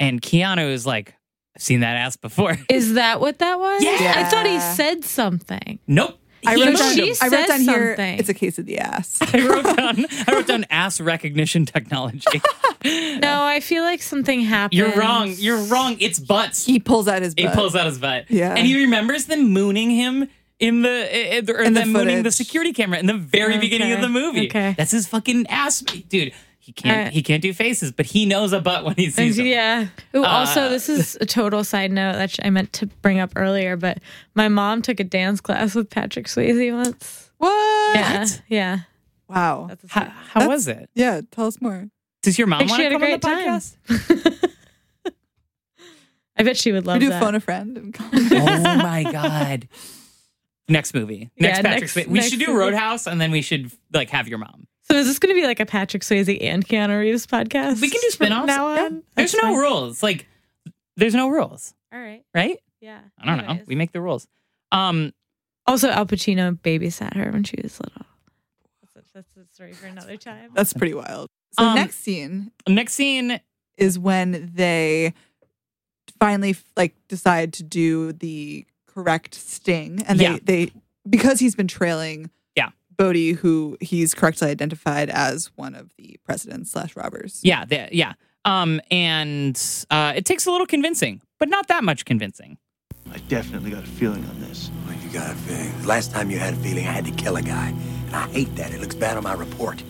Speaker 3: And Keanu is like, I've seen that ass before.
Speaker 5: Is that what that was?
Speaker 3: Yeah.
Speaker 5: I thought he said something.
Speaker 3: nope.
Speaker 4: I
Speaker 3: He
Speaker 4: wrote
Speaker 5: But
Speaker 4: down,
Speaker 3: owned
Speaker 5: she
Speaker 3: him.
Speaker 4: I wrote
Speaker 5: says
Speaker 4: down here.
Speaker 5: something.
Speaker 4: It's a case of the ass.
Speaker 3: I wrote down I wrote down ass recognition technology.
Speaker 5: No, I feel like something happened.
Speaker 3: You're wrong. You're wrong. It's butts.
Speaker 4: He pulls out his.
Speaker 3: He
Speaker 4: Butt.
Speaker 3: pulls out his butt.
Speaker 4: Yeah.
Speaker 3: And he remembers them mooning him in the, uh, the or
Speaker 4: In the
Speaker 3: them mooning the
Speaker 4: footage.
Speaker 3: security camera in the very beginning of
Speaker 5: Okay.
Speaker 3: the movie.
Speaker 5: Okay.
Speaker 3: That's his fucking ass, dude. He can't
Speaker 5: Uh,
Speaker 3: he can't do faces, but he knows a butt when he sees it.
Speaker 5: Yeah. Ooh,
Speaker 3: Uh,
Speaker 5: also, this is a total side note that I meant to bring up earlier, but my mom took a dance class with Patrick Swayze once.
Speaker 4: What?
Speaker 5: Yeah. Yeah.
Speaker 4: Wow.
Speaker 3: How, how was it?
Speaker 4: Yeah. Tell us more.
Speaker 3: Does your mom
Speaker 5: Like, she
Speaker 3: want to
Speaker 5: had a
Speaker 3: come on the
Speaker 5: great time.
Speaker 3: podcast?
Speaker 5: I bet she would love
Speaker 4: We do
Speaker 5: that.
Speaker 4: phone a friend. And call
Speaker 3: oh my god. Next movie. Next
Speaker 5: Yeah,
Speaker 3: Patrick
Speaker 5: next-
Speaker 3: Swayze. We
Speaker 5: next
Speaker 3: should do
Speaker 5: movie.
Speaker 3: Roadhouse and then we should like have your mom.
Speaker 5: so is this going to be like a Patrick Swayze and Keanu Reeves podcast?
Speaker 3: We can do
Speaker 5: from
Speaker 3: spin-offs.
Speaker 5: now
Speaker 3: Yeah.
Speaker 5: on.
Speaker 3: There's
Speaker 5: That's
Speaker 3: no
Speaker 5: fine.
Speaker 3: rules. Like there's no rules,
Speaker 5: All right.
Speaker 3: right?
Speaker 5: Yeah.
Speaker 3: I don't know.
Speaker 5: Anyways.
Speaker 3: We make the rules. Um
Speaker 5: also, Al Pacino babysat her when she was little. That's a, that's a story for another time.
Speaker 4: That's pretty wild. So
Speaker 3: Um,
Speaker 4: next scene
Speaker 3: next scene
Speaker 4: is when they finally like decide to do the correct sting, and they
Speaker 3: Yeah.
Speaker 4: they because he's been trailing.
Speaker 3: Yeah.
Speaker 4: Bodhi, who he's correctly identified as one of the presidents slash robbers.
Speaker 3: Yeah, the, yeah. Um, and uh, it takes a little convincing, but not that much convincing.
Speaker 8: I definitely got a feeling on this.
Speaker 11: Well, you got a feeling. Last time you had a feeling, I had to kill a guy. And I hate that. It looks bad on my report.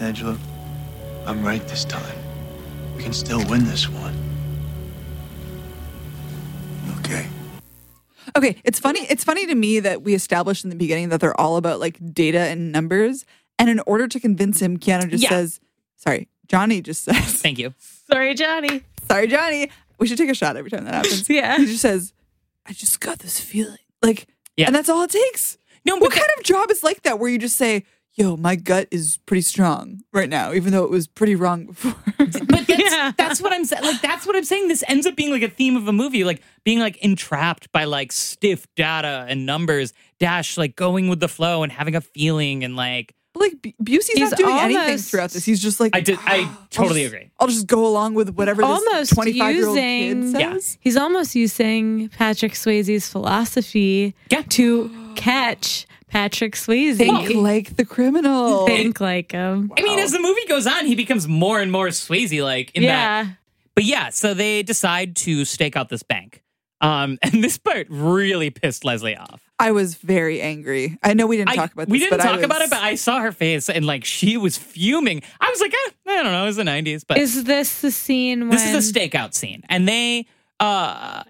Speaker 8: Angela, I'm right this time. We can still win this one.
Speaker 11: Okay.
Speaker 4: Okay, it's funny. It's funny to me that we established in the beginning that they're all about like data and numbers. And in order to convince him, Keanu just
Speaker 3: Yeah.
Speaker 4: says, "Sorry, Johnny." Just says,
Speaker 3: Thank you.
Speaker 5: Sorry, Johnny.
Speaker 4: "Sorry, Johnny." We should take a shot every time that happens.
Speaker 5: Yeah.
Speaker 4: he just says, "I just got this feeling." Like,
Speaker 3: Yeah.
Speaker 4: and that's all it takes.
Speaker 3: No, but
Speaker 4: What kind of job is like that where you just say, "Yo, my gut is pretty strong right now," even though it was pretty wrong before.
Speaker 3: but that's,
Speaker 5: Yeah.
Speaker 3: that's what I'm saying. Like that's what I'm saying. This ends up being like a theme of a movie, like being like entrapped by like stiff data and numbers. Dash like going with the flow and having a feeling and like
Speaker 4: like Bu- Busey's
Speaker 5: He's
Speaker 4: not doing anything
Speaker 5: almost-
Speaker 4: throughout this. He's just like
Speaker 3: I did. I
Speaker 4: "I'll
Speaker 3: totally
Speaker 4: just-
Speaker 3: agree.
Speaker 4: I'll just go along with whatever this
Speaker 5: Almost
Speaker 4: twenty-five-year-old kid
Speaker 5: using-
Speaker 4: says.
Speaker 3: Yeah.
Speaker 5: He's almost using Patrick Swayze's philosophy
Speaker 3: Yeah.
Speaker 5: to catch Patrick Swayze.
Speaker 4: Think like the criminal.
Speaker 5: Think like him.
Speaker 3: I mean, as the movie goes on, he becomes more and more Swayze like in that
Speaker 5: yeah.
Speaker 3: But yeah, so they decide to stake out this bank. Um, and this part really pissed Leslie off.
Speaker 4: I was very angry. I know we didn't
Speaker 3: I-
Speaker 4: talk about this.
Speaker 3: we didn't
Speaker 4: but I
Speaker 3: talk about
Speaker 4: was-
Speaker 3: it, but I saw her face and like she was fuming. I was like, eh, I don't know, it was the nineties, but
Speaker 5: Is this the scene when
Speaker 3: this is a stakeout scene, and they. Uh,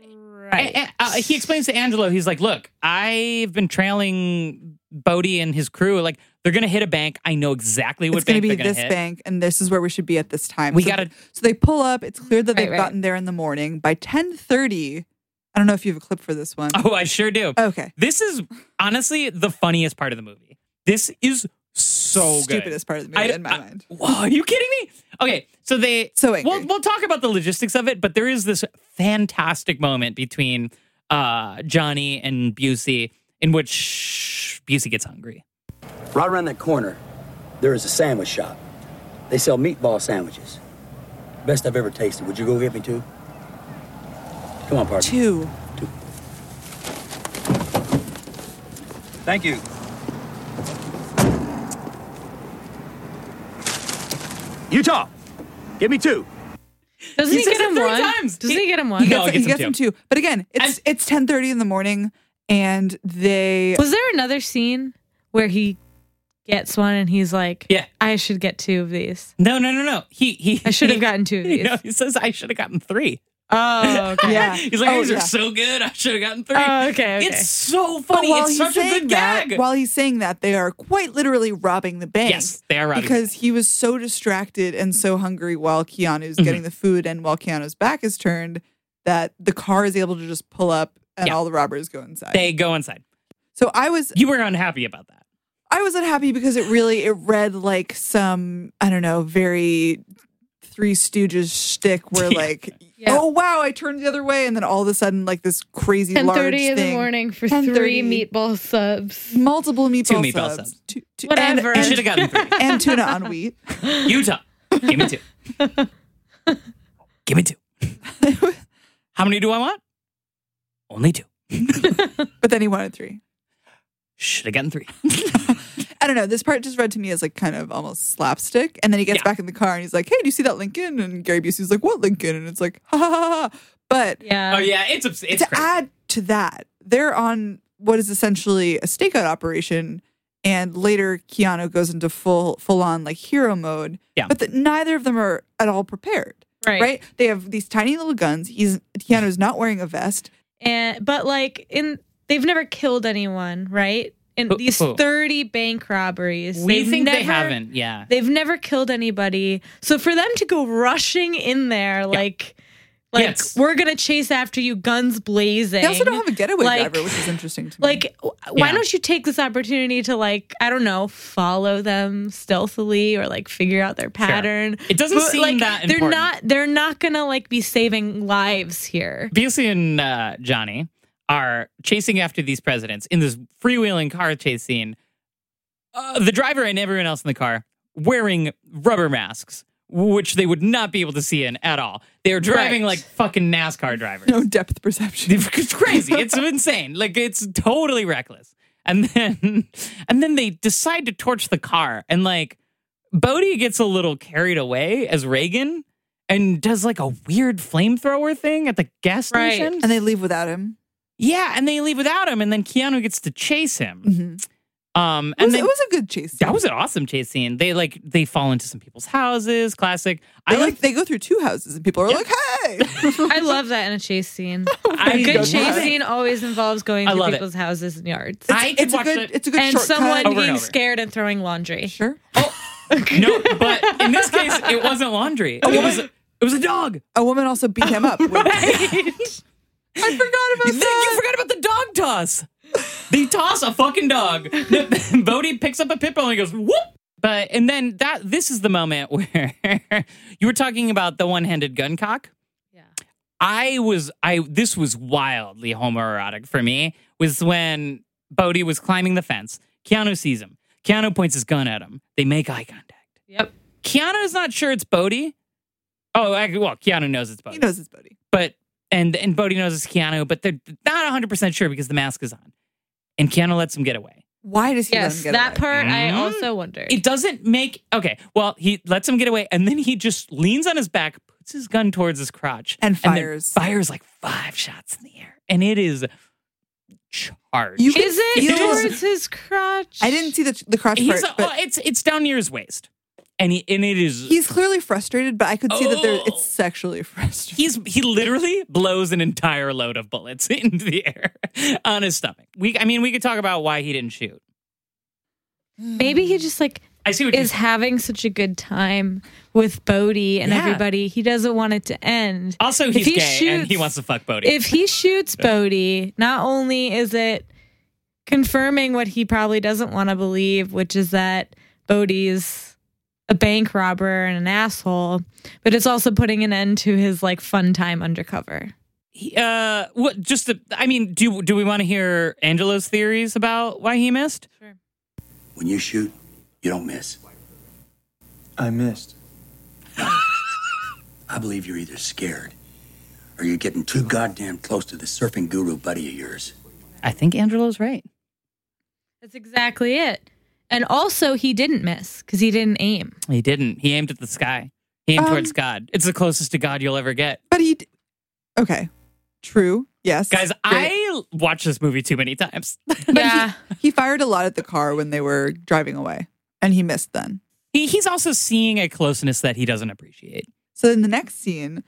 Speaker 5: Right.
Speaker 3: a- a- uh, he explains to Angelo, he's like, "Look, I've been trailing Bodie and his crew, like they're gonna hit a bank. I know exactly what
Speaker 4: it's
Speaker 3: bank
Speaker 4: going to be
Speaker 3: they're gonna
Speaker 4: this
Speaker 3: hit.
Speaker 4: bank, and this is where we should be at this time.
Speaker 3: We
Speaker 4: so,
Speaker 3: gotta-
Speaker 4: So they pull up. It's clear that
Speaker 3: Right,
Speaker 4: they've
Speaker 3: right.
Speaker 4: gotten there in the morning by ten thirty. I don't know if you have a clip for this one.
Speaker 3: Oh, I sure do.
Speaker 4: Okay.
Speaker 3: This is honestly the funniest part of the movie. This is so good.
Speaker 4: Stupidest part of the movie in my mind.
Speaker 3: Whoa, are you kidding me? Okay, so they
Speaker 4: So angry.
Speaker 3: we'll, we'll talk about the logistics of it, but there is this fantastic moment between uh, Johnny and Busey in which Busey gets hungry.
Speaker 12: Right around that corner, there is a sandwich shop. They sell meatball sandwiches. Best I've ever tasted. Would you go get me two? Come on, partner.
Speaker 4: Two.
Speaker 7: Thank you.
Speaker 8: Utah, give me two.
Speaker 5: Doesn't
Speaker 3: He
Speaker 5: he,
Speaker 3: says
Speaker 5: get
Speaker 3: it
Speaker 5: him
Speaker 3: three
Speaker 5: one?
Speaker 3: times.
Speaker 5: Doesn't he, get him
Speaker 4: He
Speaker 5: one?
Speaker 4: gets,
Speaker 3: he gets
Speaker 4: he gets
Speaker 3: them
Speaker 4: them two. But again, it's it's ten thirty in the morning, and they
Speaker 5: Was there another scene where he gets one and he's like,
Speaker 3: Yeah.
Speaker 5: I should get two of these.
Speaker 3: No, no, no, no. He he.
Speaker 5: I should have gotten two of
Speaker 3: You
Speaker 5: these.
Speaker 3: know, he says I should have gotten three.
Speaker 5: Oh, okay.
Speaker 4: yeah.
Speaker 3: He's like,
Speaker 4: Oh,
Speaker 3: these
Speaker 4: yeah.
Speaker 3: are so good. I should have gotten three.
Speaker 5: Oh, okay, okay.
Speaker 3: It's so
Speaker 4: But
Speaker 3: funny.
Speaker 4: while
Speaker 3: It's
Speaker 4: he's
Speaker 3: such a
Speaker 4: saying
Speaker 3: good
Speaker 4: that,
Speaker 3: gag.
Speaker 4: While he's saying that, they are quite literally robbing the bank.
Speaker 3: Yes, they are robbing the
Speaker 4: because he was so distracted and so hungry while Keanu's
Speaker 3: Mm-hmm.
Speaker 4: getting the food and while Keanu's back is turned that the car is able to just pull up and
Speaker 3: Yeah.
Speaker 4: all the robbers go inside.
Speaker 3: they go inside.
Speaker 4: so I was
Speaker 3: You were unhappy about that.
Speaker 4: I was unhappy because it really it read like some I don't know very Three Stooges shtick where
Speaker 3: Yeah.
Speaker 4: like
Speaker 5: Yeah.
Speaker 4: oh wow I turned the other way and then all of a sudden like this crazy
Speaker 5: Ten
Speaker 4: large
Speaker 5: thirty
Speaker 4: thing
Speaker 5: in the morning for
Speaker 4: 10:30.
Speaker 5: three meatball subs.
Speaker 4: multiple meatball,
Speaker 3: meatball
Speaker 4: subs,
Speaker 3: subs.
Speaker 4: Two, two, and-
Speaker 5: Whatever.
Speaker 3: You should have gotten three.
Speaker 4: and tuna on wheat.
Speaker 3: Utah. Give me two. Give me two. How many do I want? Only two.
Speaker 4: But then he wanted three.
Speaker 3: Should have gotten three.
Speaker 4: I don't know. This part just read to me as like kind of almost slapstick. And then he gets
Speaker 3: Yeah.
Speaker 4: back in the car and he's like, "Hey, do you see that Lincoln?" And Gary Busey's like, "What Lincoln?" And it's like, "Ha ha ha!" ha. But
Speaker 5: Yeah.
Speaker 3: oh yeah, it's obs- it's
Speaker 4: to
Speaker 3: crazy.
Speaker 4: add to that, they're on what is essentially a stakeout operation, and later Keanu goes into full full on like hero mode.
Speaker 3: Yeah.
Speaker 4: But that neither of them are at all prepared.
Speaker 5: Right.
Speaker 4: Right? They have these tiny little guns. He's Keanu's not wearing a vest.
Speaker 5: And but like in they've never killed anyone, right? In
Speaker 3: Who-
Speaker 5: these
Speaker 3: who?
Speaker 5: thirty bank robberies.
Speaker 3: we
Speaker 5: they've
Speaker 3: think they
Speaker 5: never-
Speaker 3: haven't. Yeah.
Speaker 5: They've never killed anybody. So for them to go rushing in there like like
Speaker 3: Yes.
Speaker 5: we're gonna chase after you, guns blazing.
Speaker 4: They also don't have a getaway
Speaker 5: Like-
Speaker 4: driver, which is interesting to me.
Speaker 5: like w- why
Speaker 3: Yeah.
Speaker 5: don't you take this opportunity to like i don't know follow them stealthily or like figure out their pattern
Speaker 3: It doesn't
Speaker 5: But,
Speaker 3: seem
Speaker 5: like,
Speaker 3: that
Speaker 5: they're
Speaker 3: important.
Speaker 5: not they're not gonna like be saving lives here
Speaker 3: Busey and uh, Johnny are chasing after these presidents in this freewheeling car chase scene. Uh, the driver and everyone else in the car wearing rubber masks, which they would not be able to see in at all. They are driving
Speaker 5: Right.
Speaker 3: like fucking NASCAR drivers.
Speaker 4: no depth perception.
Speaker 3: It's crazy. It's insane. Like it's totally reckless. And then and then they decide to torch the car and like Bodie gets a little carried away as Reagan and does like a weird flamethrower thing at the gas
Speaker 5: Right.
Speaker 3: station.
Speaker 4: and they leave without him.
Speaker 3: Yeah, and they leave without him and then Keanu gets to chase him.
Speaker 4: Mm-hmm.
Speaker 3: Um
Speaker 4: It was,
Speaker 3: and then
Speaker 4: it was a good chase. Scene.
Speaker 3: that was an awesome chase scene. They like they fall into some people's houses, classic.
Speaker 4: They,
Speaker 3: I like
Speaker 4: they go through two houses and people are like, "Hey!"
Speaker 5: i love that in a chase scene
Speaker 3: I
Speaker 5: a good
Speaker 3: love
Speaker 5: chase
Speaker 3: it.
Speaker 5: scene always involves going
Speaker 3: I
Speaker 5: to
Speaker 3: love it.
Speaker 5: people's houses and yards
Speaker 3: I could
Speaker 4: it's a
Speaker 3: watch
Speaker 4: good.
Speaker 3: that-
Speaker 4: It's a good
Speaker 5: and
Speaker 4: shortcut.
Speaker 5: someone
Speaker 3: Over and
Speaker 5: being
Speaker 3: over.
Speaker 5: scared and throwing laundry
Speaker 4: sure.
Speaker 3: No, but in this case it wasn't laundry.
Speaker 4: Oh,
Speaker 3: It was it was a dog.
Speaker 4: A woman also beat him up. with- I forgot
Speaker 3: You,
Speaker 4: about
Speaker 3: think-
Speaker 4: that.
Speaker 3: you forgot about the dog toss. They toss a fucking dog. Bodhi picks up a pit bull and he goes whoop. But and then that this is the moment where you were talking about the one-handed gun cock.
Speaker 5: Yeah.
Speaker 3: I was I this was wildly homoerotic for me was when Bodhi was climbing the fence. Keanu sees him. Keanu points his gun at him. They make eye contact.
Speaker 5: yep
Speaker 3: Keanu's not sure it's Bodhi. Oh, I- well, Keanu knows it's Bodhi
Speaker 4: He knows his buddy.
Speaker 3: but and and Bodhi knows it's Keanu, but they're not 100% sure because the mask is on. And Keanu lets him get away.
Speaker 4: Why does he
Speaker 5: yes
Speaker 4: let him get
Speaker 5: that
Speaker 4: away?
Speaker 5: part i
Speaker 3: Mhm.
Speaker 5: also wondered
Speaker 3: It doesn't make okay. Well, he lets him get away, and then he just leans on his back, puts his gun towards his crotch,
Speaker 4: And
Speaker 3: then
Speaker 4: fires.
Speaker 3: fires like five shots in the air, and it is charged.
Speaker 4: You can
Speaker 5: is it
Speaker 4: feel-
Speaker 5: towards his crotch
Speaker 4: I didn't see the the crotch
Speaker 3: He's
Speaker 4: part,
Speaker 3: well,
Speaker 4: but
Speaker 3: it's it's down near his waist, and he, and it is
Speaker 4: he's clearly frustrated. But I could see that there,
Speaker 3: Oh.
Speaker 4: it's sexually frustrated.
Speaker 3: He's he literally blows an entire load of bullets into the air on his stomach. We I mean we could talk about why he didn't shoot.
Speaker 5: Maybe he just like
Speaker 3: I see what
Speaker 5: is having such a good time with Bodhi and
Speaker 3: Yeah.
Speaker 5: everybody. He doesn't want it to end.
Speaker 3: Also,
Speaker 5: If
Speaker 3: he's
Speaker 5: he
Speaker 3: gay and
Speaker 5: shoots-
Speaker 3: he wants to fuck Bodhi.
Speaker 5: If he shoots Bodhi, not only is it confirming what he probably doesn't want to believe, which is that Bodhi's a bank robber and an asshole, but it's also putting an end to his like fun time undercover.
Speaker 3: He- uh, what? Just the. I mean, do do we want to hear Angelo's theories about why he missed?
Speaker 2: When you shoot, you don't miss.
Speaker 13: I missed.
Speaker 2: I believe you're either scared or you're getting too goddamn close to the surfing guru buddy of yours.
Speaker 3: I think Angelo's right.
Speaker 5: That's exactly it. And also, he didn't miss because he didn't aim.
Speaker 3: He didn't. He aimed at the sky. He aimed towards God. It's the closest to God you'll ever get.
Speaker 4: But he. D- okay. True. Yes.
Speaker 3: Guys, I watched this movie too many times.
Speaker 5: yeah.
Speaker 4: He, he fired a lot at the car when they were driving away, and he missed then.
Speaker 3: He, he's also seeing a closeness that he doesn't appreciate.
Speaker 4: So in the next scene,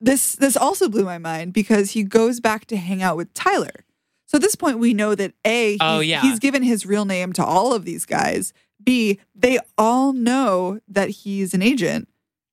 Speaker 4: this this also blew my mind because he goes back to hang out with Tyler. So at this point, we know that a he's,
Speaker 3: Oh, yeah.
Speaker 4: he's given his real name to all of these guys. B they all know that he's an agent,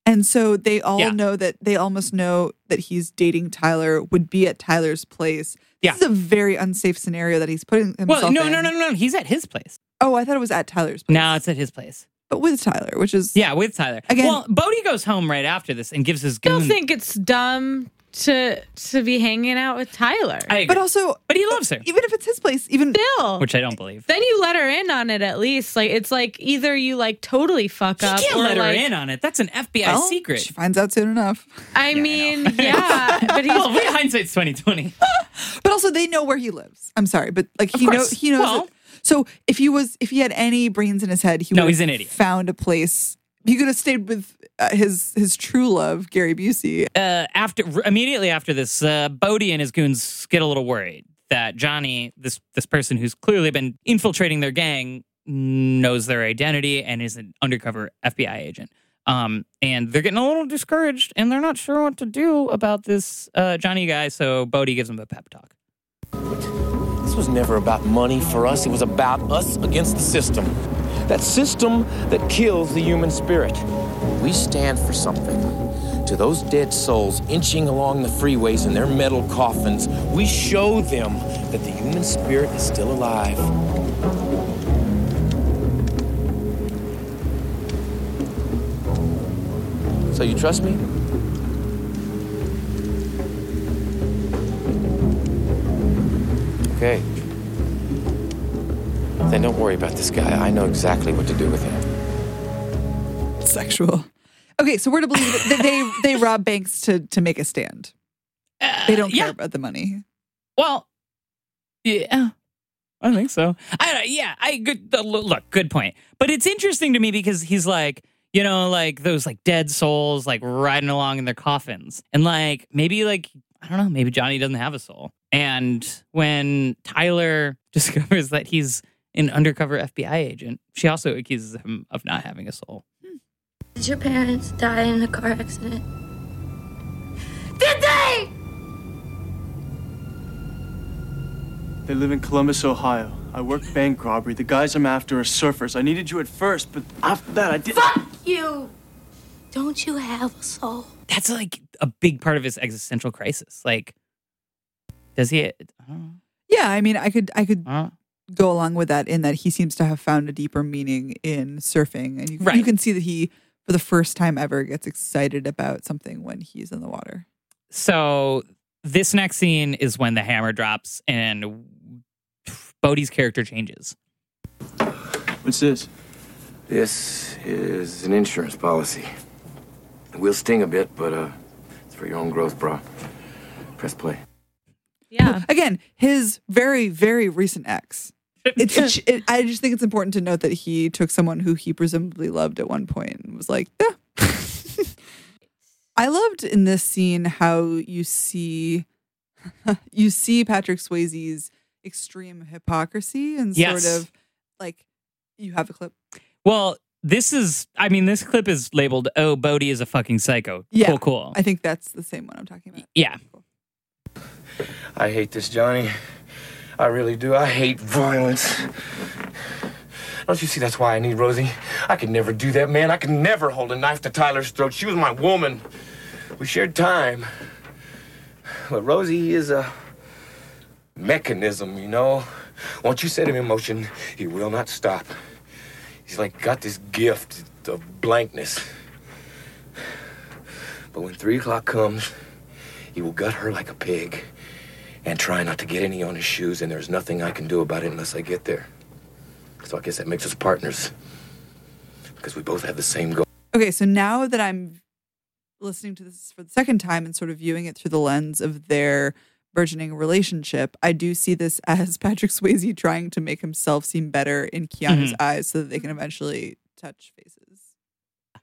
Speaker 4: and so they all
Speaker 3: Yeah.
Speaker 4: know that they almost know that he's dating Tyler would be at Tyler's place.
Speaker 3: Yeah.
Speaker 4: This is a very unsafe scenario that he's putting himself.
Speaker 3: Well, no,
Speaker 4: in.
Speaker 3: no, no, no, no. He's at his place.
Speaker 4: Oh, I thought it was at Tyler's,
Speaker 3: No, it's at his place.
Speaker 4: but with Tyler, which is
Speaker 3: Yeah, with Tyler.
Speaker 4: Again-
Speaker 3: well, Bodhi goes home right after this and gives his
Speaker 5: I
Speaker 3: goon.
Speaker 5: don't think it's dumb to to be hanging out with Tyler.
Speaker 3: I agree.
Speaker 4: But also,
Speaker 3: but he loves her,
Speaker 4: even if it's his place, even
Speaker 5: Bill.
Speaker 3: which I don't believe.
Speaker 5: then you let her in on it at least. Like it's like either you like totally fuck
Speaker 3: He
Speaker 5: up
Speaker 3: can't
Speaker 5: or
Speaker 3: let her
Speaker 5: like
Speaker 3: Uh, in on it. That's an FBI
Speaker 4: Well,
Speaker 3: secret.
Speaker 4: She finds out soon enough.
Speaker 5: I mean, yeah, but he's
Speaker 3: well, we- hindsight's twenty twenty.
Speaker 4: But also, they know where he lives. I'm sorry, but like he knows
Speaker 3: course.
Speaker 4: he knows.
Speaker 3: Well-
Speaker 4: it. So if he was if he had any brains in his head, he
Speaker 3: No,
Speaker 4: would
Speaker 3: he's
Speaker 4: have
Speaker 3: an idiot.
Speaker 4: Found a place. He could have stayed with uh, his his true love, Gary Busey.
Speaker 3: uh, after r- immediately after this, uh, Bodhi and his goons get a little worried that Johnny, this this person who's clearly been infiltrating their gang, knows their identity and is an undercover FBI agent. Um, and they're getting a little discouraged, and they're not sure what to do about this uh, Johnny guy. So Bodhi gives him a pep talk.
Speaker 14: This was never about money for us, it was about us against the system. That system that kills the human spirit. We stand for something. To those dead souls inching along the freeways in their metal coffins, we show them that the human spirit is still alive. So, you trust me? Okay. Then don't worry about this guy. I know exactly what to do with him.
Speaker 4: Sexual. Okay, so we're to believe that they they rob banks to to make a stand. They
Speaker 3: Uh,
Speaker 4: don't care about the money.
Speaker 3: Well, yeah, I think so. I don't- yeah, I good the- lo- look, good point. But it's interesting to me because he's like, you know, like those like dead souls like riding along in their coffins, and like maybe like I don't know, maybe Johnny doesn't have a soul. And when Tyler discovers that he's an undercover FBI agent, she also accuses him of not having a soul.
Speaker 6: Did your parents die in a car accident? Did they?
Speaker 15: They live in Columbus, Ohio. I work bank robbery. The guys I'm after are surfers. I needed you at first, but after that I did. Fuck!
Speaker 6: You. Don't you have a soul?
Speaker 3: That's like a big part of his existential crisis. Like, does he? uh, I don't know.
Speaker 4: Yeah, I mean, I could I could
Speaker 3: Huh?
Speaker 4: go along with that in that he seems to have found a deeper meaning in surfing, and you, you
Speaker 3: Right.
Speaker 4: can see that he, for the first time ever, gets excited about something when he's in the water.
Speaker 3: so this next scene is when the hammer drops and Bodhi's character changes.
Speaker 15: What's this?
Speaker 14: This is an insurance policy. It will sting a bit, but uh, it's for your own growth, bro. Press play.
Speaker 5: Yeah.
Speaker 4: Again, his very, very recent ex. It's, it, it, I just think it's important to note that he took someone who he presumably loved at one point and was like, yeah. I loved in this scene how you see you see Patrick Swayze's extreme hypocrisy and
Speaker 3: Yes.
Speaker 4: sort of like you have a clip.
Speaker 3: Well, this is, I mean, this clip is labeled, Oh, Bodhi is a fucking psycho.
Speaker 4: Yeah.
Speaker 3: Cool, cool.
Speaker 4: I think that's the same one I'm talking about.
Speaker 3: yeah.
Speaker 14: I hate this, Johnny. I really do. I hate violence. Don't you see that's why I need Rosie? I could never do that, man. I could never hold a knife to Tyler's throat. She was my woman. We shared time. But Rosie is a mechanism, you know? Once you set him in motion, he will not stop. He's like got this gift of blankness. But when three o'clock comes, he will gut her like a pig and try not to get any on his shoes, and there's nothing I can do about it unless I get there. So I guess that makes us partners because we both have the same goal.
Speaker 4: Okay, so now that I'm listening to this for the second time and sort of viewing it through the lens of their burgeoning relationship, I do see this as Patrick Swayze trying to make himself seem better in Keanu's
Speaker 3: Mhm.
Speaker 4: eyes so that they can eventually touch faces.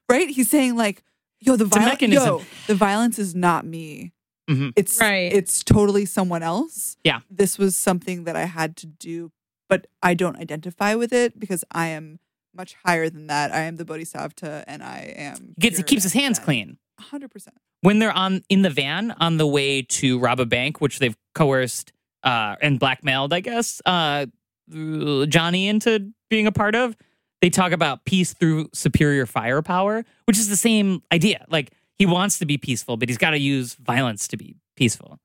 Speaker 4: Right? He's saying like, "Yo, the
Speaker 3: It's a
Speaker 4: violence,
Speaker 3: mechanism.
Speaker 4: yo, the violence is not me.
Speaker 3: Mhm.
Speaker 4: It's it's totally someone else.
Speaker 3: Yeah.
Speaker 4: This was something that I had to do, but I don't identify with it because I am much higher than that. I am the bodhisattva, and I am
Speaker 3: Gets, keeps his hands clean.
Speaker 4: hundred percent.
Speaker 3: when they're on in the van on the way to rob a bank, which they've coerced uh, and blackmailed, I guess, uh, Johnny into being a part of. They talk about peace through superior firepower, which is the same idea. Like he wants to be peaceful, but he's got to use violence to be peaceful.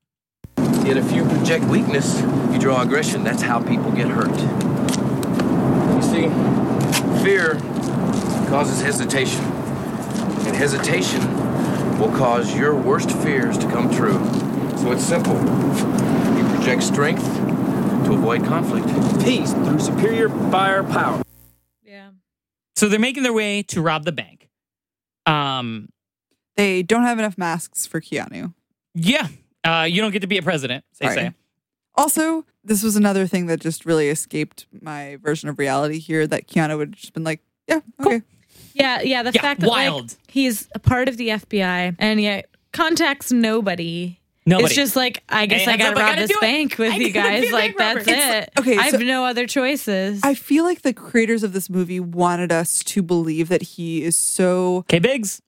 Speaker 9: Yet if you project weakness, you draw aggression. That's how people get hurt. You see, fear causes hesitation. And hesitation will cause your worst fears to come true. So it's simple. You project strength to avoid conflict. Peace through superior firepower.
Speaker 3: So they're making their way to rob the bank. Um,
Speaker 4: They don't have enough masks for Keanu.
Speaker 3: yeah, uh, you don't get to be a president. They
Speaker 4: Sorry.
Speaker 3: say.
Speaker 4: Also, this was another thing that just really escaped my version of reality here that Keanu would have just been like, yeah, okay.
Speaker 5: Yeah, yeah. The fact that like,
Speaker 4: wild.
Speaker 5: he's a part of the FBI and yet contacts nobody.
Speaker 3: Nobody.
Speaker 5: It's just like I guess
Speaker 3: And
Speaker 5: I
Speaker 3: hands
Speaker 5: gotta
Speaker 3: up, I
Speaker 5: rob
Speaker 3: gotta do
Speaker 5: this
Speaker 3: it.
Speaker 5: bank with
Speaker 3: I
Speaker 5: you
Speaker 3: gotta be
Speaker 5: guys.
Speaker 3: a
Speaker 5: Like
Speaker 3: bank robber.
Speaker 5: that's it.
Speaker 4: It's- okay,
Speaker 5: I have
Speaker 4: so-
Speaker 5: no other choices.
Speaker 4: I feel like the creators of this movie wanted us to believe that he is so
Speaker 3: K Biggs.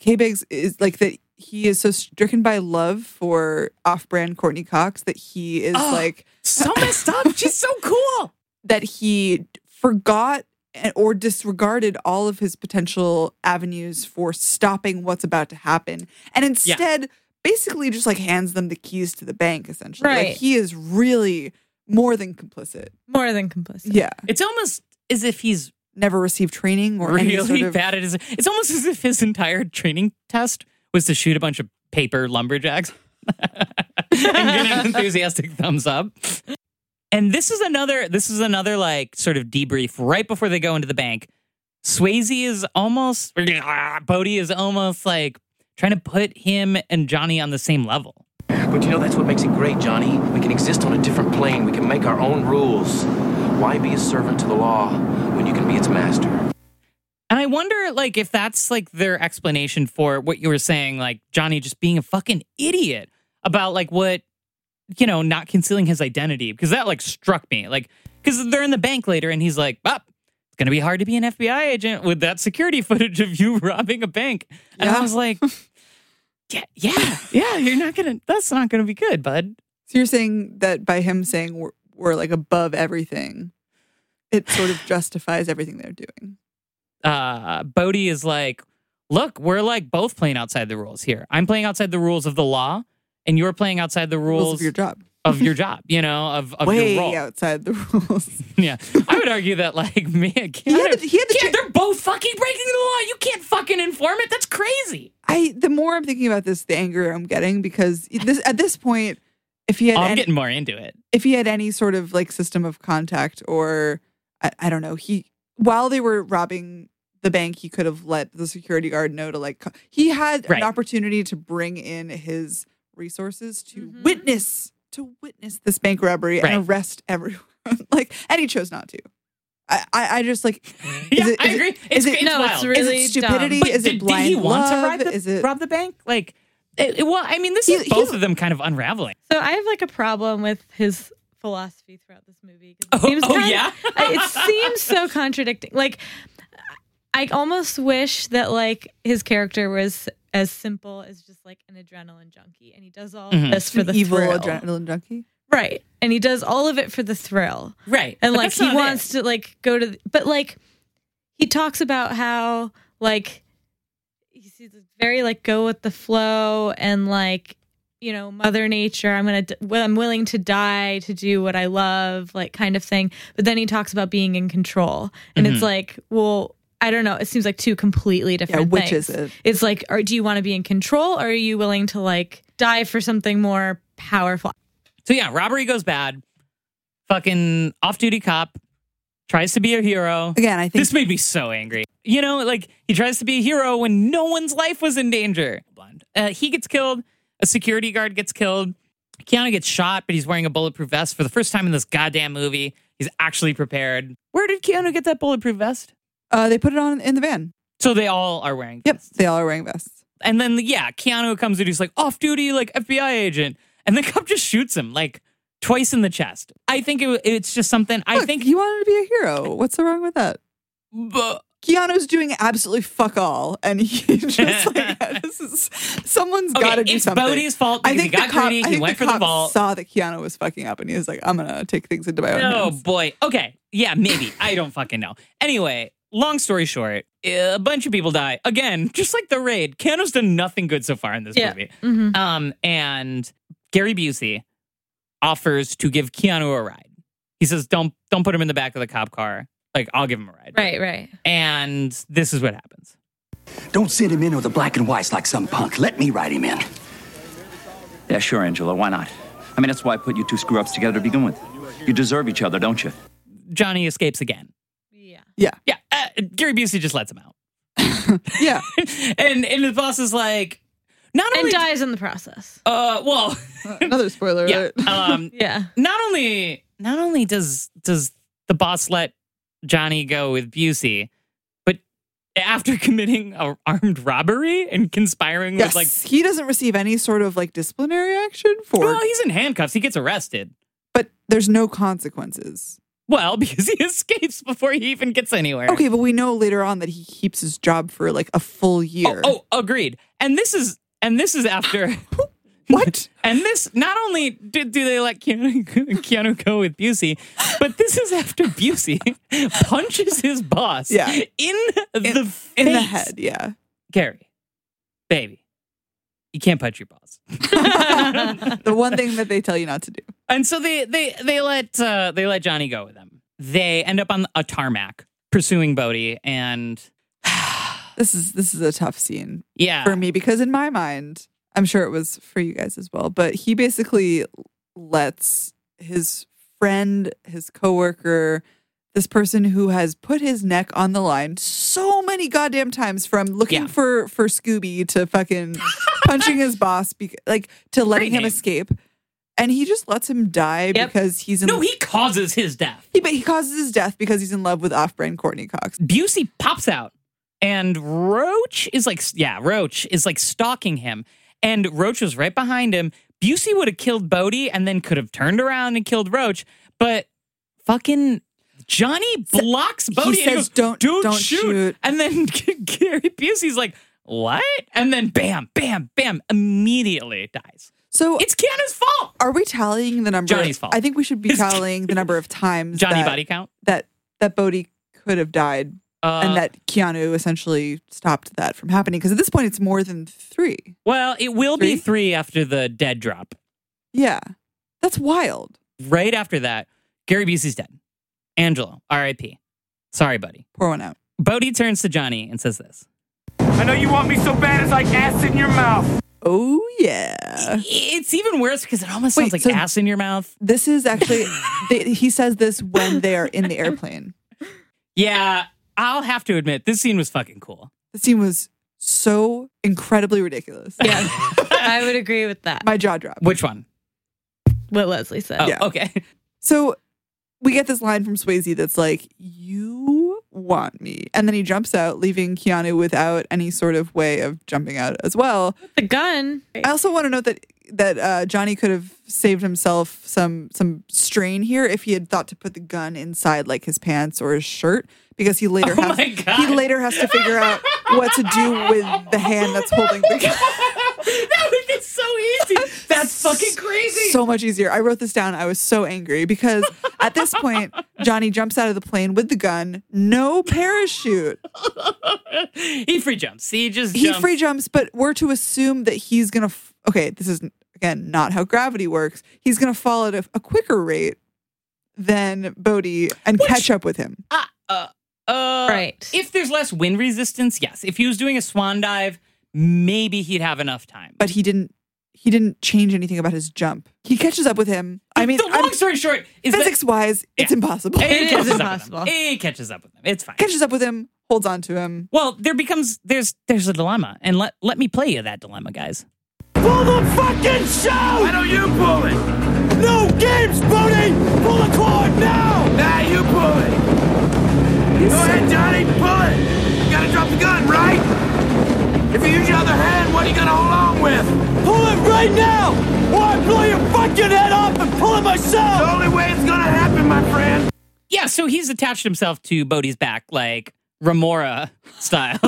Speaker 4: K Biggs is like that he is so stricken by love for off brand Courtney Cox that he is
Speaker 3: Oh,
Speaker 4: like
Speaker 3: so messed up. She's so cool.
Speaker 4: That he forgot and- or disregarded all of his potential avenues for stopping what's about to happen. And instead basically just like hands them the keys to the bank essentially. Like
Speaker 5: Right.
Speaker 4: he is really more than complicit.
Speaker 5: More than complicit.
Speaker 4: Yeah.
Speaker 3: It's almost as if he's
Speaker 4: never received training or any
Speaker 3: really
Speaker 4: sort of
Speaker 3: bad at his. It's almost as if his entire training test was to shoot a bunch of paper lumberjacks and get an enthusiastic thumbs up. And this is another. This is another like sort of debrief right before they go into the bank. Swayze is almost. Bodie is almost like trying to put him and Johnny on the same level.
Speaker 14: But you know, that's what makes it great, Johnny. We can exist on a different plane, we can make our own rules. Why be a servant to the law when you can be its master?
Speaker 3: And I wonder, like, if that's like their explanation for what you were saying, like Johnny just being a fucking idiot about like what, you know, not concealing his identity, because that like struck me, like, because they're in the bank later, and he's like, "Up, it's gonna be hard to be an FBI agent with that security footage of you robbing a bank," and I
Speaker 4: Yeah.
Speaker 3: was like, "Yeah, yeah, yeah, you're not gonna, that's not gonna be good, bud."
Speaker 4: So you're saying that by him saying we're, we're like above everything, it sort of justifies everything they're doing.
Speaker 3: uh, Bodhi is like, look, we're like both playing outside the rules here. I'm playing outside the rules of the law, and you're playing outside the rules,
Speaker 4: Rules of your job.
Speaker 3: of your job, you know, of, of
Speaker 4: Way
Speaker 3: your role.
Speaker 4: outside the rules.
Speaker 3: Yeah. I would argue that, like, me and Keanu- Keanu, they're both fucking breaking the law. You can't fucking inform it. That's crazy.
Speaker 4: I the more I'm thinking about this, the angrier I'm getting because this at this point, if he had
Speaker 3: Oh, I'm
Speaker 4: any,
Speaker 3: getting more into it.
Speaker 4: if he had any sort of like system of contact or I, I don't know, he while they were robbing the bank, he could have let the security guard know to like co- he had
Speaker 3: Right.
Speaker 4: an opportunity to bring in his resources to witness to witness this bank robbery
Speaker 3: Right.
Speaker 4: and arrest everyone. like and he chose not to. I, I, I just like
Speaker 3: Yeah,
Speaker 4: is it,
Speaker 3: I
Speaker 4: is it-
Speaker 3: agree.
Speaker 4: is
Speaker 3: It's,
Speaker 4: it,
Speaker 3: it's wild.
Speaker 4: is it stupidity?
Speaker 3: But
Speaker 4: Is
Speaker 3: did,
Speaker 4: it
Speaker 3: did he
Speaker 4: blind
Speaker 3: want
Speaker 4: love?
Speaker 3: to rob the,
Speaker 4: Is it
Speaker 3: rob the bank? Like, it, it- well, I mean, this is both of them kind of unraveling.
Speaker 5: So I have like a problem with his philosophy throughout this movie. 'cause It seems
Speaker 3: oh,
Speaker 5: kind of-
Speaker 3: yeah?
Speaker 5: it seems so contradicting. Like I almost wish that like his character was as simple as just like an adrenaline junkie, and he does all
Speaker 4: Mhm.
Speaker 3: Mm-hmm.
Speaker 5: this for
Speaker 4: An
Speaker 5: the
Speaker 4: evil
Speaker 5: thrill.
Speaker 4: adrenaline junkie?
Speaker 5: Right. And he does all of it for the thrill.
Speaker 3: Right.
Speaker 5: And
Speaker 3: But
Speaker 5: like
Speaker 3: that's
Speaker 5: he
Speaker 3: not
Speaker 5: wants to like go to the, but like he talks about how like he's very like go with the flow and like you know mother nature i'm gonna well, i'm willing to die to do what i love like kind of thing but then he talks about being in control and
Speaker 4: Mhm.
Speaker 5: it's like well i don't know it seems like two completely different
Speaker 4: which is
Speaker 5: things.
Speaker 4: it?
Speaker 5: it's like or do you want to be in control or are you willing to like die for something more powerful
Speaker 3: So yeah, robbery goes bad. Fucking off-duty cop tries to be a hero.
Speaker 4: Again, I think
Speaker 3: this made me so angry. You know, like he tries to be a hero when no one's life was in danger. Blonde. Uh, he gets killed. A security guard gets killed. Keanu gets shot, but he's wearing a bulletproof vest for the first time in this goddamn movie. He's actually prepared. Where did Keanu get that bulletproof vest?
Speaker 4: Uh, they put it on in the van.
Speaker 3: So they all are wearing.
Speaker 4: Yep, they all are wearing vests.
Speaker 3: And then yeah, Keanu comes in. He's like off duty, like FBI agent, and the cop just shoots him like twice in the chest. I think it, it's just something. I think oh,
Speaker 4: he wanted to be a hero. What's so wrong with that?
Speaker 3: But
Speaker 4: Keanu's doing absolutely fuck all, and he just like this is someone's
Speaker 3: Okay,
Speaker 4: got to do
Speaker 3: it's
Speaker 4: something.
Speaker 3: Bodhi's fault because he got
Speaker 4: the cop,
Speaker 3: greedy,
Speaker 4: I
Speaker 3: he
Speaker 4: think
Speaker 3: went
Speaker 4: the
Speaker 3: for the
Speaker 4: cop
Speaker 3: vault.
Speaker 4: Saw that Keanu was fucking up, and he was like, "I'm gonna take things into my own."
Speaker 3: Oh
Speaker 4: hands."
Speaker 3: boy. Okay. Yeah, maybe. I don't fucking know. Anyway, long story short, a bunch of people die. Again, just like the raid, Keanu's done nothing good so far in this
Speaker 5: Yeah.
Speaker 3: movie.
Speaker 5: Mhm.
Speaker 3: Um, and Gary Busey offers to give Keanu a ride. He says, Don't don't put him in the back of the cop car. Like, I'll give him a ride.
Speaker 5: right right
Speaker 3: And this is what happens.
Speaker 15: Don't send him in with the black and whites like some punk. Let me write him in.
Speaker 9: Yeah, sure, Angela. Why not? I mean, that's why I put you two screw ups together to begin with. You deserve each other, don't you?
Speaker 3: Johnny escapes again.
Speaker 4: Yeah.
Speaker 3: Yeah. Uh, Gary Busey just lets him out.
Speaker 4: yeah.
Speaker 3: And and his boss is like, not
Speaker 5: and
Speaker 3: only
Speaker 5: dies in the process
Speaker 4: Oh.
Speaker 3: uh well
Speaker 4: another spoiler
Speaker 3: yeah. Um,
Speaker 5: yeah
Speaker 3: Not only not only does does the boss let Johnny go with Busey, but after committing a armed robbery and conspiring
Speaker 4: Yes,
Speaker 3: with like
Speaker 4: he doesn't receive any sort of like disciplinary action for.
Speaker 3: well, he's in handcuffs. He gets arrested.
Speaker 4: but there's no consequences.
Speaker 3: Well, because he escapes before he even gets anywhere.
Speaker 4: Okay, but we know later on that he keeps his job for like a full year.
Speaker 3: Oh, agreed. And this is and this is after
Speaker 4: what?
Speaker 3: and this not only do, do they let Keanu, Keanu go with Busey, but this is after Busey punches his boss
Speaker 4: Yeah.
Speaker 3: in the face.
Speaker 4: in the head, yeah.
Speaker 3: Gary, baby, you can't punch your boss.
Speaker 4: the one thing that they tell you not to do.
Speaker 3: And so they they they let uh, they let Johnny go with them. They end up on a tarmac pursuing Bodhi, and
Speaker 4: This is this is a tough scene.
Speaker 3: Yeah.
Speaker 4: For me because in my mind, I'm sure it was for you guys as well, but he basically lets his friend, his coworker, this person who has put his neck on the line so many goddamn times from looking for for Scooby to fucking punching his boss bec- like to letting him
Speaker 3: name.
Speaker 4: escape. And he just lets him die because he's in
Speaker 3: no, he causes his death.
Speaker 4: He, but he causes his death because he's in love with off-brand Courtney Cox.
Speaker 3: Busey pops out, and Roach is like yeah, Roach is like stalking him, and Roach was right behind him. Busey would have killed Bodhi, and then could have turned around and killed Roach, but fucking. Johnny blocks Bodhi and goes,
Speaker 4: says, "Don't-
Speaker 3: don't,
Speaker 4: don't
Speaker 3: shoot.
Speaker 4: shoot.
Speaker 3: And then Gary Busey's like, what? And then bam, bam, bam, immediately dies.
Speaker 4: So
Speaker 3: it's Keanu's fault.
Speaker 4: Are we tallying the number?
Speaker 3: Johnny's fault.
Speaker 4: I think we should be tallying the number of times
Speaker 3: Johnny
Speaker 4: that,
Speaker 3: body count?
Speaker 4: that that Bodhi could have died,
Speaker 3: Uh,
Speaker 4: and that Keanu essentially stopped that from happening. Because at this point, it's more than three.
Speaker 3: Well, it will be three after the dead drop.
Speaker 4: Yeah, that's wild.
Speaker 3: Right after that, Gary Busey's dead. Angelo, R.I.P. Sorry, buddy.
Speaker 4: Pour one out.
Speaker 3: Bodie turns to Johnny and says this.
Speaker 16: I know you want me so bad it's like acid in your mouth.
Speaker 4: Oh yeah.
Speaker 3: It's even worse because it almost sounds like
Speaker 4: so-
Speaker 3: ass in your mouth.
Speaker 4: This is actually they, he says this when they are in the airplane.
Speaker 3: Yeah, I'll have to admit, this scene was fucking cool.
Speaker 4: The scene was so incredibly ridiculous. Yeah,
Speaker 5: i would agree with that
Speaker 4: my jaw dropped.
Speaker 3: Which one?
Speaker 5: what leslie said
Speaker 3: Oh, okay.
Speaker 4: So we get this line from Swayze that's like, You want me. And then he jumps out, leaving Keanu without any sort of way of jumping out as well.
Speaker 5: The gun.
Speaker 4: I also want to note that that uh, Johnny could have saved himself some some strain here if he had thought to put the gun inside like his pants or his shirt because he later
Speaker 3: Oh
Speaker 4: has
Speaker 3: my God.
Speaker 4: he later has to figure out what to do with the hand that's holding the gun.
Speaker 3: that would be so easy. That's fucking crazy.
Speaker 4: so much easier. I wrote this down. I was so angry because at this point, Johnny jumps out of the plane with the gun, no parachute.
Speaker 3: he free jumps. He just
Speaker 4: He
Speaker 3: jumps.
Speaker 4: free jumps, but we're to assume that he's going to. F- okay, this is, again, not how gravity works. He's going to fall at a, a quicker rate than Bodhi and catch up with him.
Speaker 3: Uh, right. If there's less wind resistance, yes. If he was doing a swan dive, maybe he'd have enough time.
Speaker 4: But he didn't. He didn't change anything about his jump. He catches up with him. I mean,
Speaker 3: the long story short is that-
Speaker 4: physics wise, it's impossible.
Speaker 3: He catches up with them. He catches up with them. It's fine.
Speaker 4: Catches up with him, holds on to him.
Speaker 3: Well, there becomes there's there's a dilemma, and let let me play you that dilemma, guys.
Speaker 9: Pull the fucking show! Why don't you pull it? No games, Bodie! Pull the cord now! Now you pull it! Go ahead, Johnny, pull it! You gotta drop the gun, right? If you use your other hand, what are you gonna hold on with? Pull it right now! Or I blow your fucking head off and pull it myself! The only way it's gonna happen, my friend!
Speaker 3: Yeah, so he's attached himself to Bodhi's back like Remora style.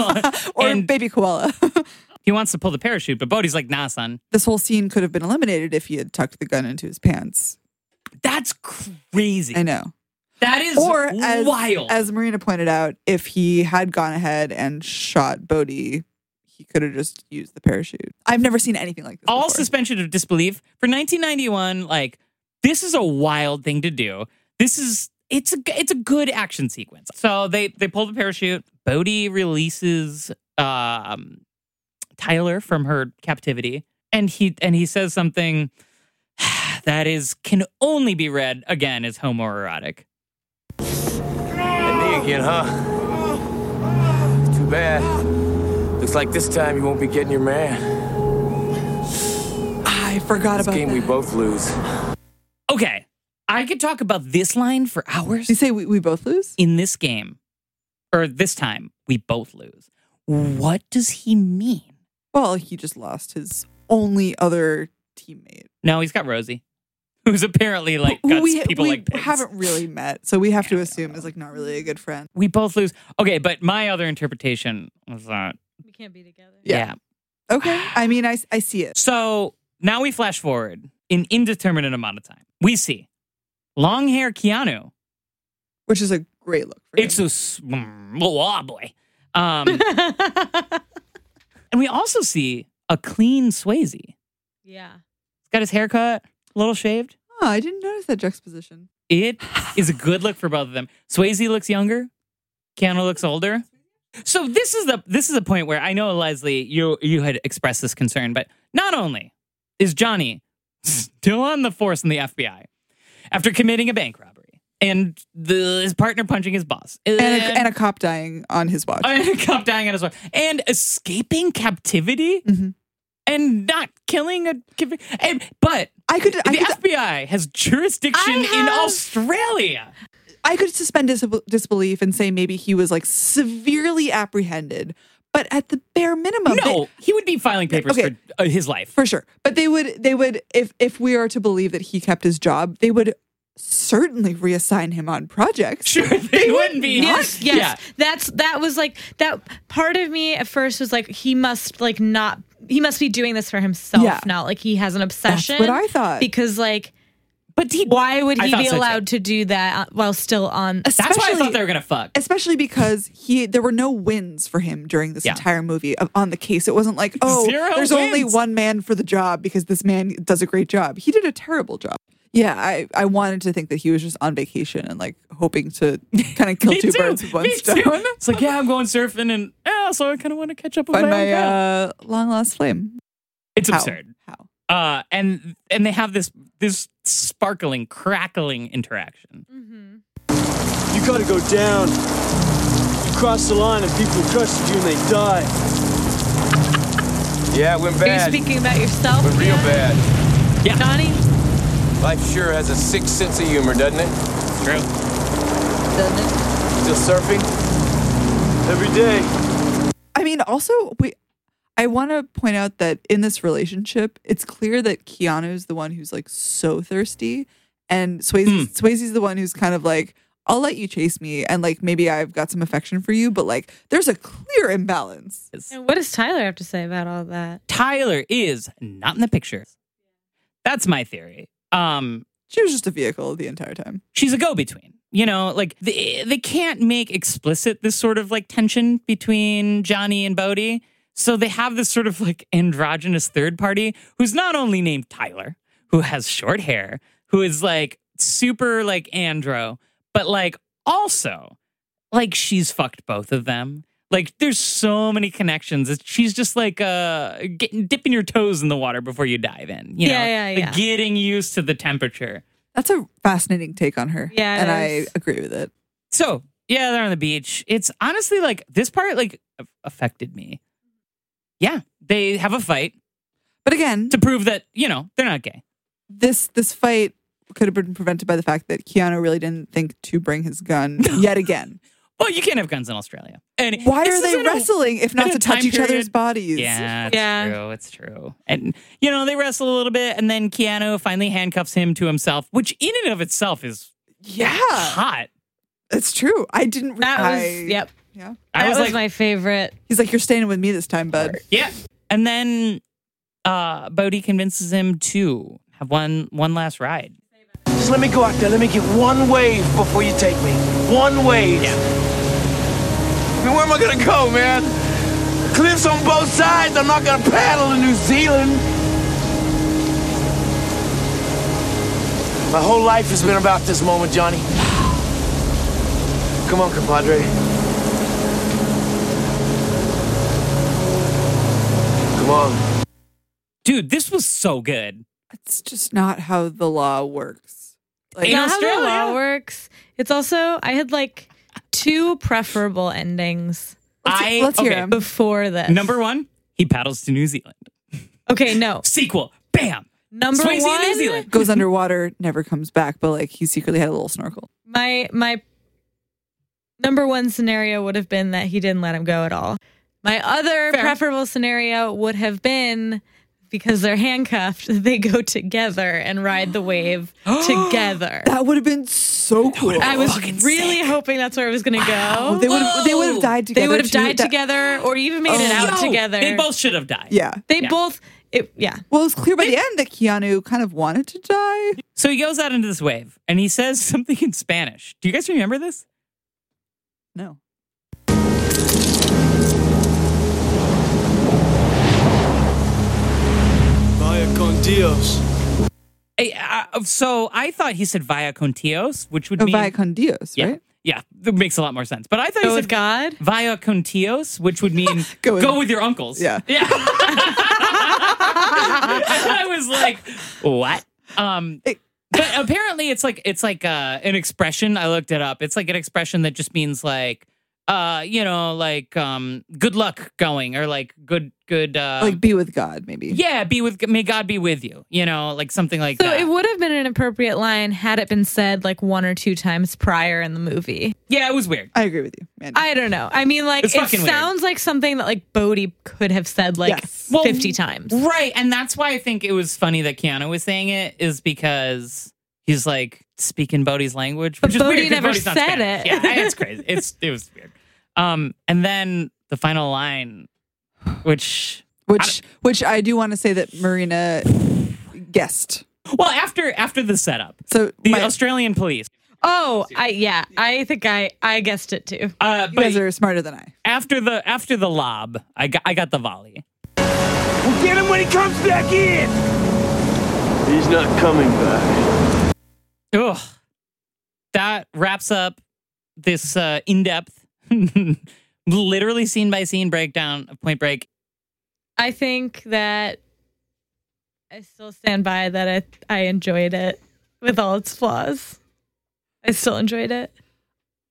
Speaker 3: or
Speaker 4: baby koala.
Speaker 3: he wants to pull the parachute, but Bodhi's like, nah, son.
Speaker 4: This whole scene could have been eliminated if he had tucked the gun into his pants.
Speaker 3: That's crazy.
Speaker 4: I know.
Speaker 3: That is
Speaker 4: or as,
Speaker 3: wild.
Speaker 4: As Marina pointed out, if he had gone ahead and shot Bodhi, he could have just used the parachute. I've never seen anything like this.
Speaker 3: All suspension of disbelief for 1991. Like this is a wild thing to do. This is it's a it's a good action sequence. So they they pull the parachute. Bodhi releases um, Tyler from her captivity, and he and he says something that is can only be read again as homoerotic.
Speaker 14: And me again, huh? Too bad. Looks like this time you won't be getting your man.
Speaker 4: I forgot
Speaker 14: this
Speaker 4: about
Speaker 14: game we both lose.
Speaker 3: Okay, I could talk about this line for hours.
Speaker 4: You say we, we both lose
Speaker 3: in this game, or this time we both lose. What does he mean?
Speaker 4: Well, he just lost his only other teammate.
Speaker 3: No, he's got Rosie, who's apparently like
Speaker 4: Who
Speaker 3: guts
Speaker 4: we,
Speaker 3: people
Speaker 4: we
Speaker 3: like pigs.
Speaker 4: haven't really met, so we have to assume is like not really a good friend.
Speaker 3: We both lose. Okay, but my other interpretation was that we
Speaker 5: can't be together.
Speaker 3: Yeah.
Speaker 4: Okay. I mean, I, I see it.
Speaker 3: So now we flash forward an indeterminate amount of time. We see long hair Keanu.
Speaker 4: Which is a great look.
Speaker 3: It's a s- mm, oh boy. Um, and we also see a clean Swayze. He's
Speaker 5: Yeah.
Speaker 3: got his hair cut, a little shaved.
Speaker 4: Oh, I didn't notice that juxtaposition.
Speaker 3: It is a good look for both of them. Swayze looks younger. Keanu looks older. So this is the this is a point where I know Leslie, you you had expressed this concern, but not only is Johnny still on the force in the FBI after committing a bank robbery and the, his partner punching his boss
Speaker 4: And, a, and a cop dying on his watch.
Speaker 3: and a cop dying on his wife and escaping captivity
Speaker 4: Mm-hmm.
Speaker 3: and not killing a convic- and, but
Speaker 4: I could
Speaker 3: the FBI has jurisdiction in Australia.
Speaker 4: I could suspend dis- disbelief and say maybe he was like severely apprehended, but at the bare minimum,
Speaker 3: No,
Speaker 4: they-
Speaker 3: he would be filing papers
Speaker 4: Okay.
Speaker 3: for uh, his life.
Speaker 4: for sure. But they would, they would, if if we are to believe that he kept his job, they would certainly reassign him on projects. Sure,
Speaker 3: they wouldn't be.
Speaker 5: Yes, yes. That's that was like that part of me at first was like he must like not he must be doing this for himself
Speaker 4: Yeah.
Speaker 5: now. Like he has an obsession.
Speaker 4: what I thought.
Speaker 5: Because like
Speaker 3: but he,
Speaker 5: why would
Speaker 3: I
Speaker 5: he
Speaker 3: thought
Speaker 5: be
Speaker 3: so, too.
Speaker 5: allowed to do that uh, while still on
Speaker 3: That's why I thought they were gonna fuck.
Speaker 4: Especially because he, there were no wins for him during this entire movie of, on the case. It wasn't like, oh,
Speaker 3: Zero
Speaker 4: there's only
Speaker 3: wins.
Speaker 4: one man for the job because this man does a great job. He did a terrible job. Yeah, I, I wanted to think that he was just on vacation and like hoping to kind of kill
Speaker 3: Me
Speaker 4: two
Speaker 3: too.
Speaker 4: birds with one
Speaker 3: Me
Speaker 4: stone.
Speaker 3: too. It's like yeah, I'm going surfing and yeah, so I kind of want to catch up with
Speaker 4: Find
Speaker 3: my, own
Speaker 4: my
Speaker 3: girl.
Speaker 4: uh, long lost flame.
Speaker 3: It's
Speaker 4: How?
Speaker 3: absurd. How? Uh, and and they have this this sparkling, crackling interaction.
Speaker 15: You gotta go down. You cross the line and people trusted you and they die.
Speaker 14: Yeah, it went
Speaker 5: Are you
Speaker 14: bad.
Speaker 5: speaking about yourself?
Speaker 14: Went real bad.
Speaker 3: Yeah.
Speaker 5: Johnny?
Speaker 14: Life sure has a sick sense of humor, doesn't it?
Speaker 3: True.
Speaker 14: Still surfing?
Speaker 15: Every day.
Speaker 4: I mean, also we. I want to point out that in this relationship, it's clear that Keanu's the one who's like so thirsty, and Swayze, Swayze's the one who's kind of like, "I'll let you chase me," and like maybe I've got some affection for you, but like there's a clear imbalance.
Speaker 5: And what does Tyler have to say about all that?
Speaker 3: Tyler is not in the picture. That's my theory. Um,
Speaker 4: she was just a vehicle the entire time.
Speaker 3: She's a go-between. You know, like they, they can't make explicit this sort of like tension between Johnny and Bodie. So they have this sort of like androgynous third party who's not only named Tyler, who has short hair, who is like super like andro, but like also like she's fucked both of them. Like there's so many connections. It's- She's just like uh getting dipping your toes in the water before you dive in. You
Speaker 5: Yeah,
Speaker 3: know,
Speaker 5: yeah,
Speaker 3: Like,
Speaker 5: yeah.
Speaker 3: getting used to the temperature.
Speaker 4: That's a fascinating take on her.
Speaker 3: Yeah, it
Speaker 4: and
Speaker 3: is.
Speaker 4: I agree with it.
Speaker 3: So yeah, they're on the beach. It's honestly like this part like a- affected me. Yeah, they have a fight,
Speaker 4: but again
Speaker 3: to prove that you know they're not gay.
Speaker 4: This this fight could have been prevented by the fact that Keanu really didn't think to bring his gun yet again.
Speaker 3: Well, you can't have guns in Australia. And
Speaker 4: Why
Speaker 3: this
Speaker 4: are
Speaker 3: is
Speaker 4: they
Speaker 3: in a-
Speaker 4: wrestling if not
Speaker 3: in a
Speaker 4: to touch
Speaker 3: time
Speaker 4: each other's
Speaker 3: period-
Speaker 4: bodies?
Speaker 3: Yeah, it's true. It's true. And you know they wrestle a little bit, and then Keanu finally handcuffs him to himself, which in and of itself is
Speaker 4: Yeah.
Speaker 3: hot.
Speaker 4: It's true. I didn't. Re-
Speaker 5: That was-
Speaker 4: I-
Speaker 5: yep.
Speaker 4: Yeah.
Speaker 3: I That was was like-
Speaker 5: my favorite.
Speaker 4: He's like, you're staying with me this time, bud.
Speaker 3: Yeah. And then uh Bodhi convinces him to have one one last ride.
Speaker 17: Just let me go out there. Let me get one wave before you take me. One wave.
Speaker 15: I mean, where am I gonna go, man? Cliffs on both sides. I'm not gonna paddle in New Zealand.
Speaker 18: My whole life has been about this moment, Johnny.
Speaker 15: Come on, compadre.
Speaker 18: Come on.
Speaker 3: Dude, this was so good.
Speaker 4: It's just not how the law works.
Speaker 5: Like, not how the law works. It's also I had like two preferable endings.
Speaker 3: Let's- I- let's hear okay. 'em.
Speaker 5: before this.
Speaker 3: Number one, he paddles to New Zealand.
Speaker 5: Okay, no.
Speaker 3: Sequel. Bam.
Speaker 5: Number
Speaker 3: Swayze in New
Speaker 5: one.
Speaker 3: Zealand.
Speaker 4: Goes underwater, never comes back, but like he secretly had a little snorkel.
Speaker 5: My my number one scenario would have been that he didn't let him go at all. My other preferable scenario would have been because they're handcuffed, they go together and ride the wave together.
Speaker 4: That would have been so cool.
Speaker 5: I was really hoping that's where it was going to go.
Speaker 4: They would have- they would have died
Speaker 5: They
Speaker 4: together,
Speaker 5: would have
Speaker 4: too.
Speaker 5: died
Speaker 4: That-
Speaker 5: together, or even made it out
Speaker 3: Oh, Yo,
Speaker 5: together.
Speaker 3: They both should have died.
Speaker 4: Yeah.
Speaker 5: They both. It, yeah.
Speaker 4: Well, it was clear by the end that Keanu kind of wanted to die.
Speaker 3: So he goes out into this wave and he says something in Spanish. Do you guys remember this?
Speaker 4: No.
Speaker 19: Vaya con Dios.
Speaker 3: I, I- so I thought he said via con Dios, which would
Speaker 4: Oh,
Speaker 3: mean
Speaker 4: via con Dios,
Speaker 3: yeah,
Speaker 4: right?
Speaker 3: Yeah, that makes a lot more sense. But I thought
Speaker 5: Go
Speaker 3: he said
Speaker 5: with God?
Speaker 3: via con Dios, which would mean go, with, your uncles.
Speaker 4: Yeah.
Speaker 3: yeah. I was like, what? Um, but apparently it's like it's like uh, an expression. I looked it up. It's like an expression that just means like, uh, you know, like um, good luck going or like good good uh,
Speaker 4: like be with God, maybe.
Speaker 3: yeah, be with may God be with you. You know, like something like
Speaker 5: So
Speaker 3: that.
Speaker 5: it would have been an appropriate line had it been said like one or two times prior in the movie.
Speaker 3: yeah, it was weird.
Speaker 4: I agree with you. Man.
Speaker 5: I don't know. I mean, like
Speaker 3: It's
Speaker 5: it
Speaker 3: fucking weird.
Speaker 5: sounds like something that like Bodhi could have said like
Speaker 3: Well,
Speaker 5: fifty times.
Speaker 3: Right. And that's why I think it was funny that Keanu was saying it, is because he's like speaking Bodhi's language.
Speaker 5: But
Speaker 3: Which is weird
Speaker 5: Bodhi
Speaker 3: 'cause
Speaker 5: never
Speaker 3: Bodhi's not
Speaker 5: said
Speaker 3: Spanish.
Speaker 5: it.
Speaker 3: Yeah, it's crazy. It's it was weird. Um, and then the final line, which
Speaker 4: Which which I do want to say that Marina guessed.
Speaker 3: well, after after the setup.
Speaker 4: So
Speaker 3: the Australian police.
Speaker 5: Oh, I yeah, I think I I guessed it too.
Speaker 3: Uh,
Speaker 4: You guys are smarter than I.
Speaker 3: After the after the lob, I got I got the volley.
Speaker 17: We'll get him when he comes back in. He's not coming back.
Speaker 3: Ugh. That wraps up this uh, in depth, literally scene by scene breakdown of Point Break.
Speaker 5: I think that I still stand by that I I enjoyed it with all its flaws. I still enjoyed it.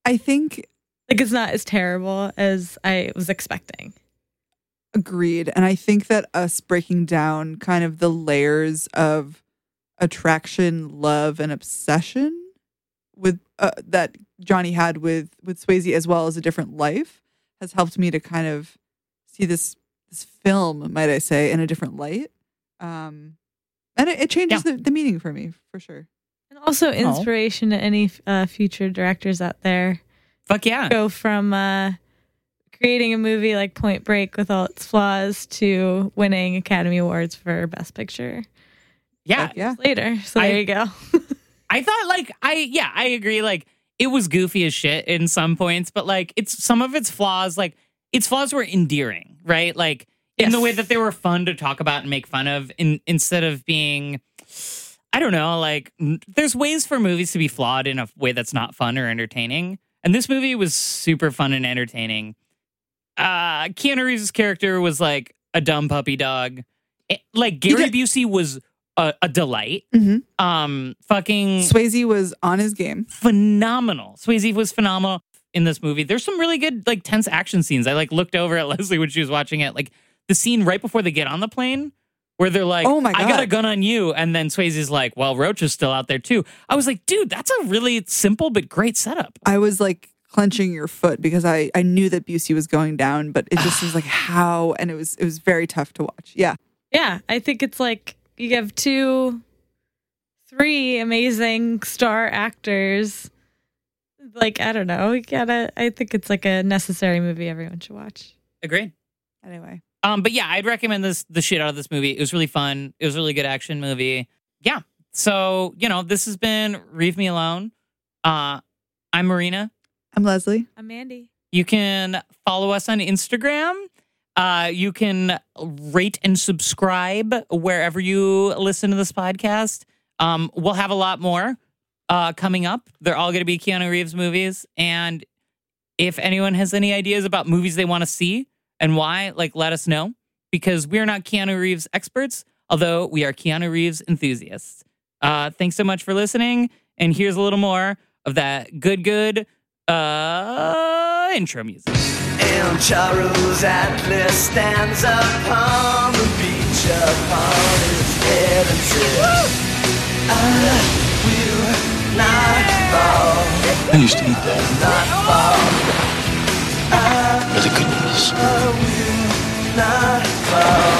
Speaker 4: I think
Speaker 5: like it's not as terrible as I was expecting.
Speaker 4: Agreed. And I think that us breaking down kind of the layers of attraction, love, and obsession with uh, that Johnny had with with Swayze as well as a different life has helped me to kind of see this this film, might I say, in a different light. Um and it, it changes the, the meaning for me for sure.
Speaker 5: And also
Speaker 4: Oh.
Speaker 5: inspiration to any uh, future directors out there.
Speaker 3: Fuck yeah.
Speaker 5: Go from uh, creating a movie like Point Break with all its flaws to winning Academy Awards for Best Picture.
Speaker 3: Yeah.
Speaker 5: yeah. Later. So there
Speaker 3: I-
Speaker 5: you go.
Speaker 3: I thought like I yeah, I agree like it was goofy as shit in some points, but like it's some of its flaws like its flaws were endearing, right? Like in the way that they were fun to talk about and make fun of in, instead of being I don't know, like n- there's ways for movies to be flawed in a way that's not fun or entertaining. And this movie was super fun and entertaining. Uh Keanu Reeves' character was like a dumb puppy dog. It- like Gary Busey was a, a delight. Um, fucking
Speaker 4: Swayze was on his game.
Speaker 3: Phenomenal. Swayze was phenomenal in this movie. There's some really good, like, tense action scenes. I like looked over at Leslie when she was watching it. Like the scene right before they get on the plane, where they're like,
Speaker 4: Oh my
Speaker 3: I got
Speaker 4: God.
Speaker 3: a gun on you," and then Swayze's like, "Well, Roach is still out there too." I was like, "Dude, that's a really simple but great setup."
Speaker 4: I was like clenching your foot because I, I knew that Busey was going down, but it just was like how and it was it was very tough to watch. Yeah.
Speaker 5: Yeah, I think it's like you have two, three amazing star actors. Like I don't know, you gotta. I think it's like a necessary movie everyone should watch.
Speaker 3: Agreed.
Speaker 4: Anyway,
Speaker 3: Um, but yeah, I'd recommend this the shit out of this movie. It was really fun. It was a really good action movie. Yeah. So you know, this has been Reeve Me Alone. Uh, I'm Marina.
Speaker 4: I'm Leslie.
Speaker 5: I'm Mandy.
Speaker 3: You can follow us on Instagram. Uh, you can rate and subscribe wherever you listen to this podcast. Um, we'll have a lot more uh, coming up. They're all going to be Keanu Reeves movies. And if anyone has any ideas about movies they want to see and why, like, let us know because we are not Keanu Reeves experts, although we are Keanu Reeves enthusiasts. Uh, thanks so much for listening. And here's a little more of that good, good uh, intro music.
Speaker 15: And Charu's Atlas stands upon the beach upon his head and says, I will not fall,
Speaker 2: I used to eat that.
Speaker 15: not fall. I
Speaker 2: Really good news.
Speaker 15: will not fall.